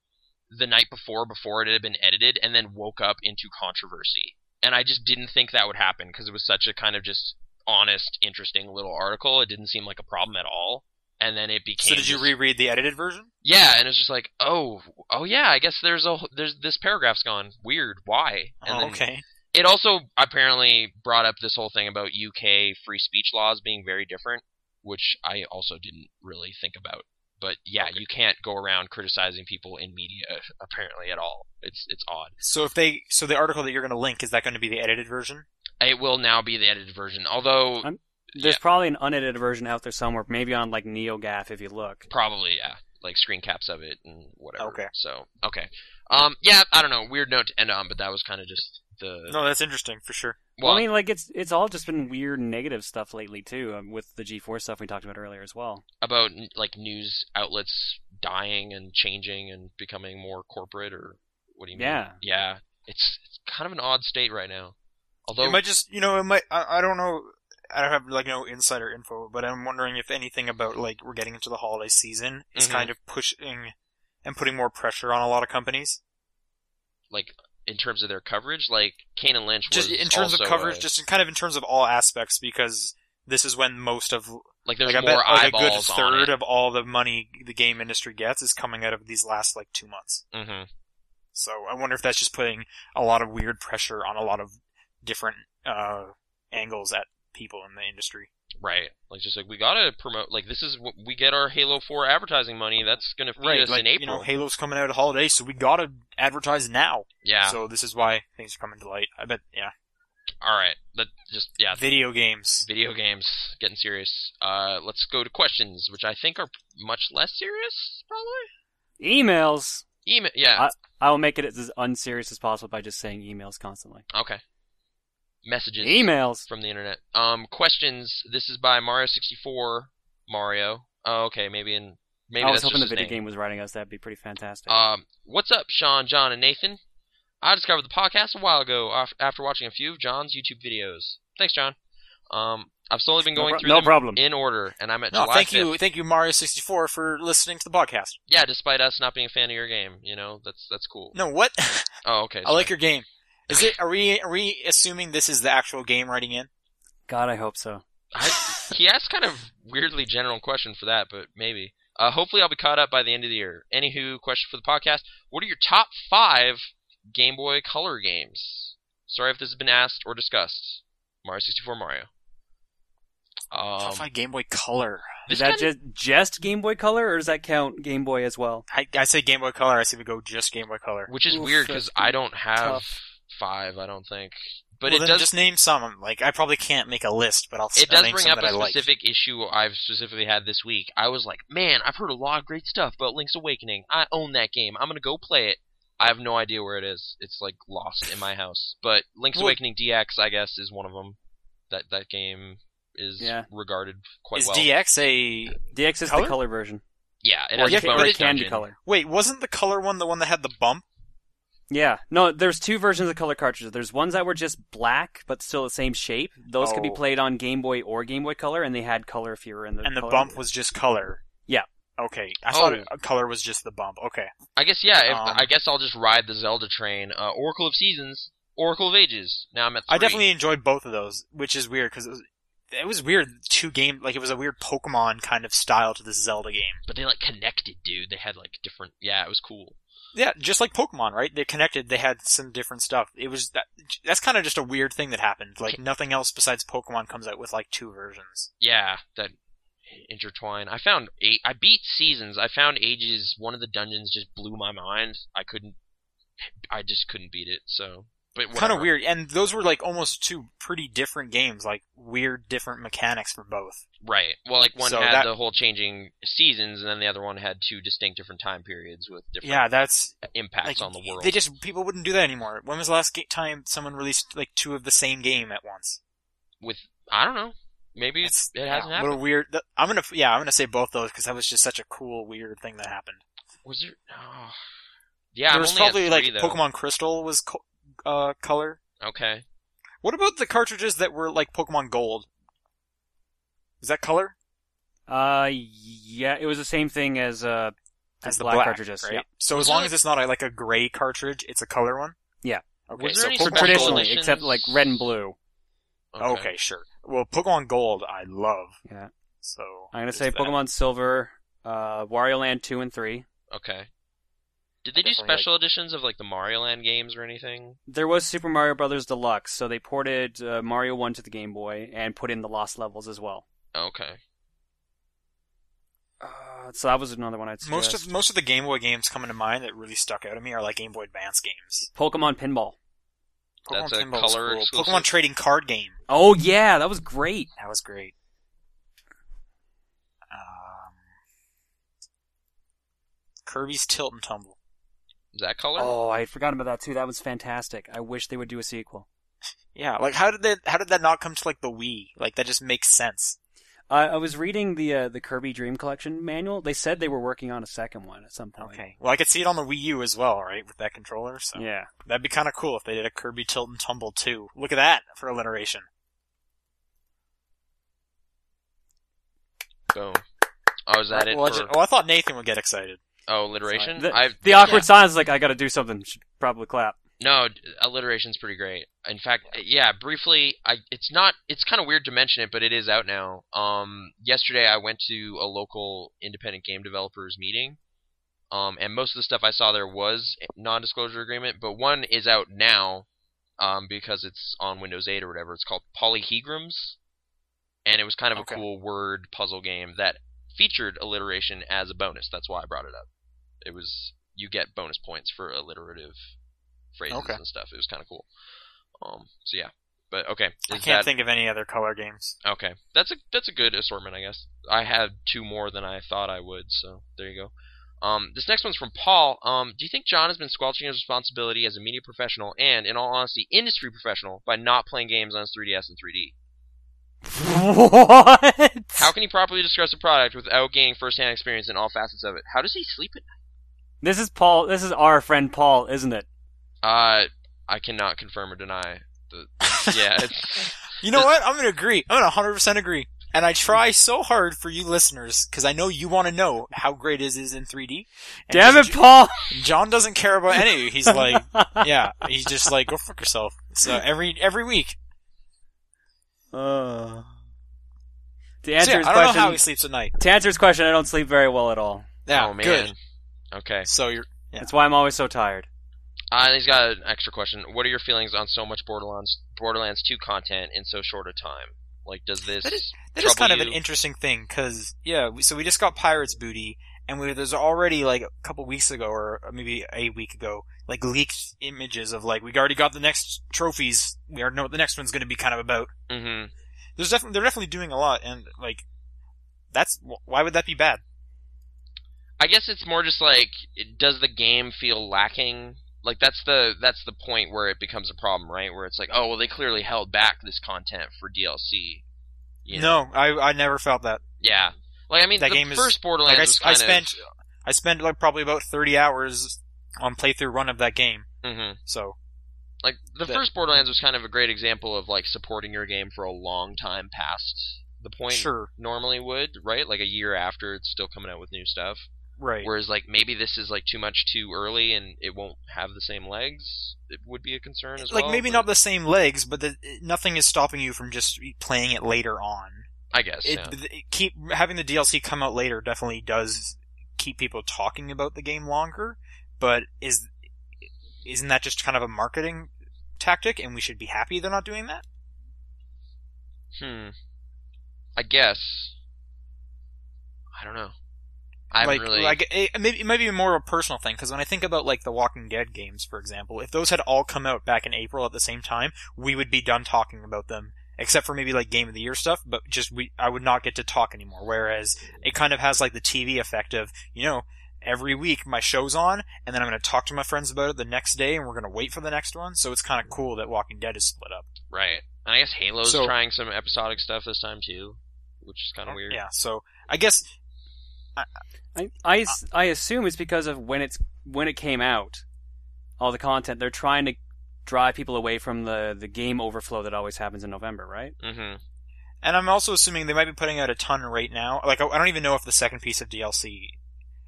the night before, before it had been edited, and then woke up into controversy. And I just didn't think that would happen because it was such a kind of just honest, interesting little article. It didn't seem like a problem at all. And then it became.
So did you
just-
reread the edited version?
Yeah, and it's just like, oh, oh yeah, I guess there's a there's this paragraph's gone weird. Why? And
Oh,
then
okay.
It also apparently brought up this whole thing about UK free speech laws being very different, which I also didn't really think about. But yeah, you can't go around criticizing people in media apparently at all. It's it's odd.
So if they, so the article that you're going to link is that going to be the edited version?
It will now be the edited version, although
I'm- There's
Yeah.
probably an unedited version out there somewhere, maybe on like NeoGAF if you look.
probably yeah. like screen caps of it and whatever.
Okay.
So okay. Um. Yeah. I don't know. Weird note to end on, but that was kind of just the.
No, that's interesting for sure.
Well,
well,
I mean, like it's it's all just been weird negative stuff lately too, um, with the G4 stuff we talked about earlier as well.
about n- like news outlets dying and changing and becoming more corporate, or what do you mean?
Yeah.
Yeah. It's it's kind of an odd state right now. Although
It might just, you know, it might. I, I don't know. I don't have like no insider info, but I'm wondering if anything about like we're getting into the holiday season is
Mhm.
kind of pushing and putting more pressure on a lot of companies.
like in terms of their coverage, like Kane and Lynch
Just
was
in terms of
also
coverage,
a-
just in kind of in terms of all aspects, because this is when most of
like there's
like I
more
bet like a good
eyeballs on
third
it.
of all the money the game industry gets is coming out of these last like two months.
Mhm.
So I wonder if that's just putting a lot of weird pressure on a lot of different uh, angles at people in the industry.
Right. Like just like we gotta promote. Like this is what we get our Halo Four advertising money. That's gonna feed us
like
in April.
you know, Halo's coming out of holiday, so we gotta advertise now.
yeah.
So this is why things are coming to light. I bet. Yeah.
All right. That just yeah.
Video games.
Video games getting serious. Uh, let's go to questions, which I think are much less serious, probably.
Emails.
Email. Yeah.
I will make it as unserious as possible by just saying emails constantly.
okay. Messages.
Emails.
from the internet. Um, questions. This is by Mario sixty four. Mario. Oh, okay. Maybe in maybe
I was
that's
hoping the
just his
video
name.
game was writing us. That'd be pretty fantastic.
Um, what's up, Sean, John, and Nathan? I discovered the podcast a while ago af- after watching a few of John's YouTube videos. Thanks, John. Um, I've slowly been
No
going
pro-
through
no
them
problem.
in order, and I'm at
No,
July
thank
5th.
you, thank you, Mario sixty four, for listening to the podcast.
Yeah, despite us not being a fan of your game, you know that's that's cool.
No, what? *laughs*
Oh, okay.
I like your game. Is it? Are we? Are we assuming this is the actual game writing in?
God, I hope so.
I- he asked kind of weirdly general question for that, but maybe. Uh, hopefully, I'll be caught up by the end of the year. Anywho, question for the podcast: What are your top five Game Boy Color games? Sorry if this has been asked or discussed. Mario 64, Mario.
Top
Um,
five Game Boy Color.
this
Is that
kinda-
just just Game Boy Color, or does that count Game Boy as well?
I, I say Game Boy Color. I say we go just Game Boy Color.
which is
Oof,
weird because
that's
I don't have
tough.
five. I don't think, but
well,
it
then
does.
just name some. Like I probably can't make a list, but I'll.
it
I'll
does
name
bring
some
up
that I
a
like.
specific issue I've specifically had this week. I was like, man, I've heard a lot of great stuff about Link's Awakening. I own that game. I'm gonna go play it. I have no idea where it is. It's like lost in my house. But Link's
Well-
Awakening DX, I guess, is one of them. That that game is
Yeah.
regarded quite
Is
well.
DX a?
DX is
Color?
the color version,
yeah, it
Or
has
yeah,
yeah,
or,
but
ca- or
it's
Candy Color.
Wait, wasn't the color one the one that had the bump?
Yeah, no, there's two versions of color cartridges. There's ones that were just black, but still the same shape. Those could be
Oh.
played on Game Boy or Game Boy Color, and they had color if you were in the.
And the
color
bump
version.
was just color.
Yeah.
Okay, I
Oh.
thought it, uh, color was just the bump. Okay.
I guess yeah. If,
Um,
I guess I'll just ride the Zelda train. Uh, Oracle of Seasons, Oracle of Ages. Now I'm at. Three.
I definitely enjoyed both of those, which is weird because it was, it was weird. Two game like it was a weird Pokemon kind of style to this Zelda game.
But they like connected, dude. They had like different. Yeah, it was cool.
Yeah, just like Pokemon, right? They connected. They had some different stuff. It was that, that's kind of just a weird thing that happened. Like nothing else besides Pokemon comes out with like two versions.
yeah, that intertwine. I found eight. I beat seasons. I found ages. One of the dungeons just blew my mind. I couldn't. I just couldn't beat it. So, but
Kind
whatever.
of weird. And those were like almost two pretty different games. Like weird different mechanics for both.
Right. Well, like one
So
had
that-
the whole changing seasons, and then the other one had two distinct different time periods with different
Yeah, that's
impacts
like
on the world.
they just people wouldn't do that anymore. When was the last ga- time someone released like two of the same game at once?
with I don't know. Maybe
It's-
it
yeah,
hasn't
what a
happened.
weird. th- I'm gonna yeah, I'm gonna say both those because that was just such a cool weird thing that happened.
Was there? Oh. Yeah,
there
I'm
was
only
probably
at
like
three, though.
Pokemon Crystal was co- uh, color.
Okay.
What about the cartridges that were like Pokemon Gold? Is that color
Uh, yeah, it was the same thing as uh as, black, cartridges.
right?
Yeah.
So
Was
as long
there-
as it's not a, like a gray cartridge, it's a color one.
Yeah.
Okay.
Was there
so
any
Or
Pokemon
Pokemon
traditionally,
Gold.
except like red and blue.
Gold, okay, sure. Well, Pokemon Gold, I love.
Yeah,
So
I'm gonna
there's
say
that.
Pokemon Silver, uh, Wario Land two and three.
Okay. Did they do
Definitely, like-
special editions of like the Mario Land games or anything?
There was Super Mario Brothers Deluxe, so they ported uh, Mario one to the Game Boy and put in the lost levels as well.
Okay.
Uh, so that was another one I'd suggest.
Most of most of the Game Boy games coming to mind that really stuck out to me are like Game Boy Advance games.
Pokemon Pinball.
Pokemon
That's a
Pinball was
color
cool.
exclusive?
Pokemon Trading Card Game.
Oh yeah, that was great.
That was great. Um, Kirby's Tilt and Tumble.
Is that color?
Oh, I had forgotten about that too. That was fantastic. I wish they would do a sequel.
Yeah, like how did that how did that not come to like the Wii? Like that just makes sense.
I I was reading the uh, the Kirby Dream Collection manual. They said they were working on a second one at some point.
Okay. Well, I could see it on the Wii U as well, right, with that controller. So
Yeah.
that'd be kind of cool if they did a Kirby Tilt and Tumble too. Look at that for alliteration.
Boom. Oh, is that it?
well, I
for-
ju- well, I thought Nathan would get excited.
oh, alliteration.
The,
I've
the awkward
yeah.
silence is like I got to do something. Should probably
*laughs*
clap.
No, d- alliteration's pretty great. In fact, uh, yeah, briefly, I it's not it's kind of weird to mention it, but it is out now. Um yesterday I went to a local independent game developers meeting. Um and most of the stuff I saw there was non-disclosure agreement, but one is out now um because it's on Windows 8 or whatever. It's called Polyhegrams. And it was kind of
Okay.
a cool word puzzle game that featured alliteration as a bonus. That's why I brought it up. It was you get bonus points for alliterative phrases
Okay.
and stuff. It was kind of cool. Um, so yeah, but okay,
I
is
can't
that
think of any other color games.
okay? That's a that's a good assortment, I guess. I had two more than I thought I would, so there you go. Um, this next one's from Paul. Um, do you think John has been squelching his responsibility as a media professional and, in all honesty, industry professional by not playing games on his 3DS and 3D?
what?
How can he properly discuss a product without gaining first-hand experience in all facets of it? How does he sleep at
This is Paul. This is our friend Paul, isn't it?
Uh, I cannot confirm or deny.
*laughs*
The, yeah, it's,
You know what? I'm gonna agree. I'm gonna 100 percent agree. And I try so hard for you listeners because I know you want to know how great it is in 3D. And
Damn it,
just-
Paul!
John doesn't care about any of you.
*laughs*
He's like, yeah, he's just like, go fuck yourself. So every every week.
Uh, to answer
So yeah,
his
I don't
question,
know how he sleeps at night.
to answer his question, I don't sleep very well at all.
Yeah,
oh man.
good.
Okay.
So you're Yeah.
That's why I'm always so tired.
Uh, he's got an extra question. What are your feelings on so much Borderlands Borderlands 2 content in so short a time? Like, does this?
That is- that is
trouble
kind of an
you?
interesting thing because yeah, we, so we just got Pirates Booty, and we, there's already like a couple weeks ago or maybe a week ago, like leaked images of like we already got the next trophies. We already know what the next one's going to be kind of about.
mm-hmm.
There's definitely they're definitely doing a lot, and like that's wh- why would that be bad?
I guess it's more just like, it- does the game feel lacking? Like that's the that's the point where it becomes a problem, right? Where it's like, oh well, they clearly held back this content for DLC. You know?
No, I I never felt that.
Yeah. Like I mean,
That
the
game is-
first Borderlands
Like I,
was
s- I
kind
spent I spent like probably about 30 hours on playthrough run of that game.
of. Mm-hmm.
So
Like the
that-
first Borderlands was kind of a great example of like supporting your game for a long time past the point it
sure,
normally would, right? Like a year after it's still coming out with new stuff.
right.
Whereas like maybe this is like too much too early and it won't have the same legs. It would be a concern as
like
well.
maybe
but
not the same legs, but the, nothing is stopping you from just playing it later on.
I guess.
It,
yeah.
it- keep having the DLC come out later definitely does keep people talking about the game longer, but is isn't that just kind of a marketing tactic and we should be happy they're not doing that?
Hmm. I guess. I don't know. I haven't
like,
really.
like it, it may, it might be more of a personal thing because when I think about like the Walking Dead games, for example, if those had all come out back in April at the same time, we would be done talking about them, except for maybe like Game of the Year stuff. But just we, I would not get to talk anymore. Whereas it kind of has like the TV effect of you know every week my show's on, and then I'm going to talk to my friends about it the next day, and we're going to wait for the next one. So it's kind of cool that Walking Dead is split up.
right. And I guess Halo's
So-
trying some episodic stuff this time too, which is kind of weird.
Yeah. So I guess Uh,
I, I s- I assume it's because of when it's when it came out, all the content they're trying to drive people away from the the game overflow that always happens in November, right?
Mm-hmm.
And I'm also assuming they might be putting out a ton right now. Like, I I don't even know if the second piece of DLC.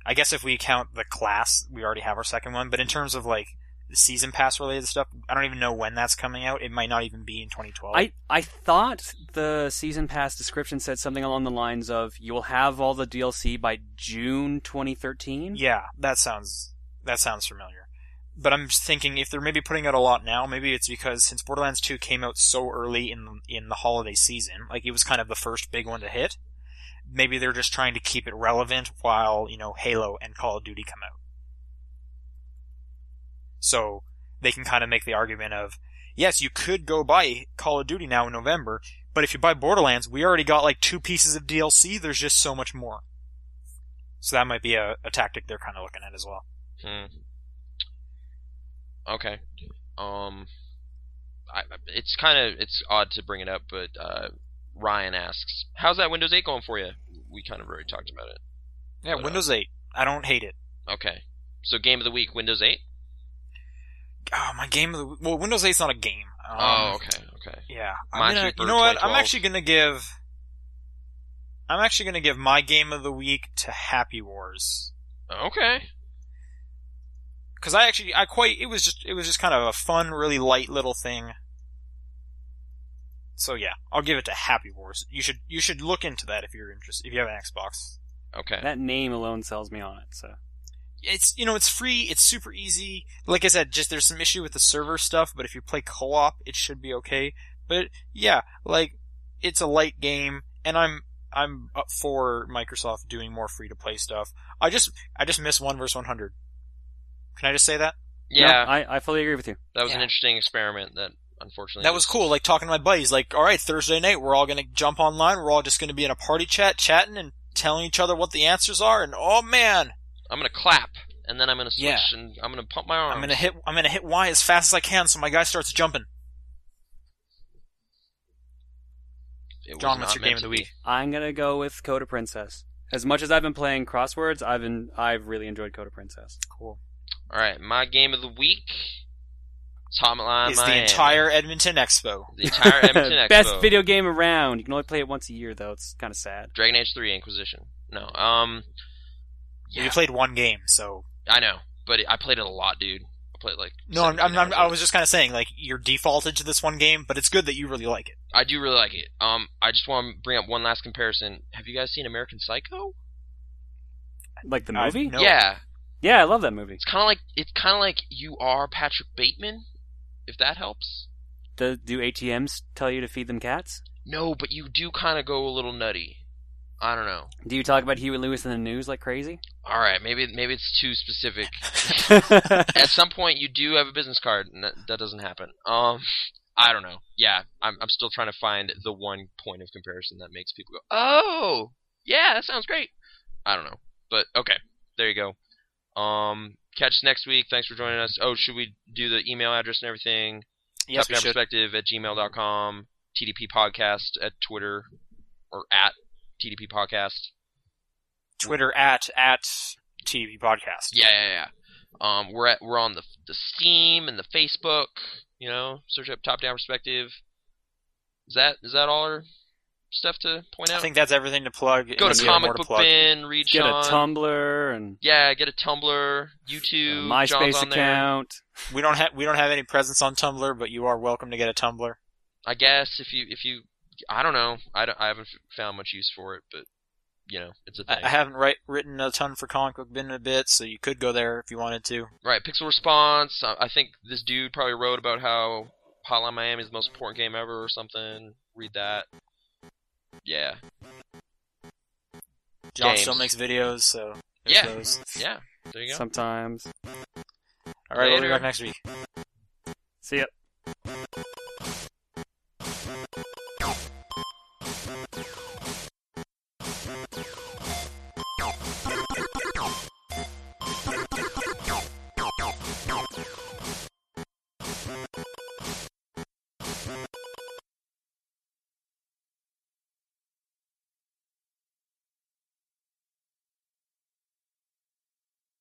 I guess if we count the class, we already have our second one. But in terms of like the season pass related stuff, I don't even know when that's coming out. It might not even be in 2012.
I I thought the season pass description said something along the lines of you will have all the DLC by June 2013.
yeah, that sounds that sounds familiar. But I'm just thinking if they're maybe putting out a lot now, maybe it's because since Borderlands 2 came out so early in in the holiday season, like it was kind of the first big one to hit. Maybe they're just trying to keep it relevant while you know Halo and Call of Duty come out. So they can kind of make the argument of, yes, you could go buy Call of Duty now in November, but if you buy Borderlands, we already got like two pieces of DLC. There's just so much more. So that might be a, a tactic they're kind of looking at as well.
Hmm. Okay. Um, I, it's kind of it's odd to bring it up, but uh, Ryan asks, "How's that Windows 8 going for you?" We kind of already talked about it.
Yeah,
But, uh,
Windows 8. I don't hate it.
Okay. So game of the week, Windows 8.
Oh, my game of the well, Windows 8's not a game. Um,
oh, okay, okay.
Yeah,
My
I'm gonna,
Keeper
you know what? I'm
2012.
actually gonna give. I'm actually gonna give my game of the week to Happy Wars
Okay.
because I actually I quite it was just it was just kind of a fun, really light little thing. So yeah, I'll give it to Happy Wars. You should you should look into that if you're interested. If you have an Xbox,
Okay.
That name alone sells me on it. So
it's you know it's free, it's super easy. Like I said, just there's some issue with the server stuff, but if you play co-op, it should be okay. But yeah, like it's a light game, and I'm I'm up for Microsoft doing more free to play stuff. I just I just miss one versus 100. Can I just say that?
yeah,
No, I, I fully agree with you.
that was an
yeah.
interesting experiment that unfortunately
That was cool. Like talking to my buddies. Like, all right, Thursday night, we're all gonna jump online. We're all just gonna be in a party chat, chatting and telling each other what the answers are. And oh man,
I'm gonna clap and then I'm gonna switch
Yeah.
and I'm gonna pump my arm.
I'm gonna hit. I'm gonna hit Y as fast as I can, so my guy starts jumping.
It was
John, what's
not
your game
meant
of the
to be.
week?
I'm gonna go with Coda Princess. As much as I've been playing crosswords, I've been I've really enjoyed Coda Princess.
Cool.
All right, my game of the week. Tom Line
Is the entire Edmonton Expo?
the entire
*laughs*
*laughs*
Edmonton
Best
Expo.
video game around. You can only play it once a year though. It's kind of sad.
Dragon Age Three Inquisition. No, um, yeah,
You played one game, so
I know, but it, I played it a lot, dude. I played like
no. I'm, I'm,
17
I'm,
hours
I
of it.
was just kind of saying, like, you're defaulted to this one game, but it's good that you
*laughs*
really like it.
I do really like it. Um, I just want to bring up one last comparison. Have you guys seen American Psycho?
Like the
I-
movie?
no.
Yeah,
Yeah, I love that movie.
it's kind of like it's kind of like you are Patrick Bateman, if that helps.
The, do ATMs tell you to feed them cats?
No, but you do kind of go a little nutty. I don't know.
Do you talk about Huey Lewis in the news like crazy?
All right, maybe maybe it's too specific. At some point, you do have a business card, and that, that doesn't happen. Um, I don't know. Yeah, I'm I'm still trying to find the one point of comparison that makes people go, "Oh, yeah, that sounds great." I don't know, but okay, there you go. Um, catch us next week. Thanks for joining us. Oh, should we do the email address and everything?
Yes, we
Top Down
should.
Perspective at gmail.com, TDP Podcast at Twitter, or at TDP Podcast.
Twitter at at TV podcast.
Yeah, yeah, yeah. Um, we're at we're on the the Steam and the Facebook. You know, search up Top Down Perspective. Is that is that all our stuff to point out?
I think that's everything to plug.
Go
unless
to
you have
Comic
more
Book
plug.
Bin, read
Get a
Sean.
Tumblr and
yeah, get a Tumblr,
a
YouTube, John's
MySpace
on there.
account.
We don't have we don't have any presence on Tumblr, but you are welcome to get a Tumblr.
I guess if you if you, I don't know, I, don't, I haven't f- found much use for it, but you know, it's a
I,
thing.
I haven't write, written a ton for Comic Book Bin in a bit, so you could go there if you wanted to.
Right, Pixel Response. I I think this dude probably wrote about how Hotline Miami is the most important game ever or something. Read that. Yeah,
John
Games.
still makes videos, so there's
Yeah.
those.
yeah. There you go.
Sometimes.
All right, we'll be
Later.
back next week.
See ya.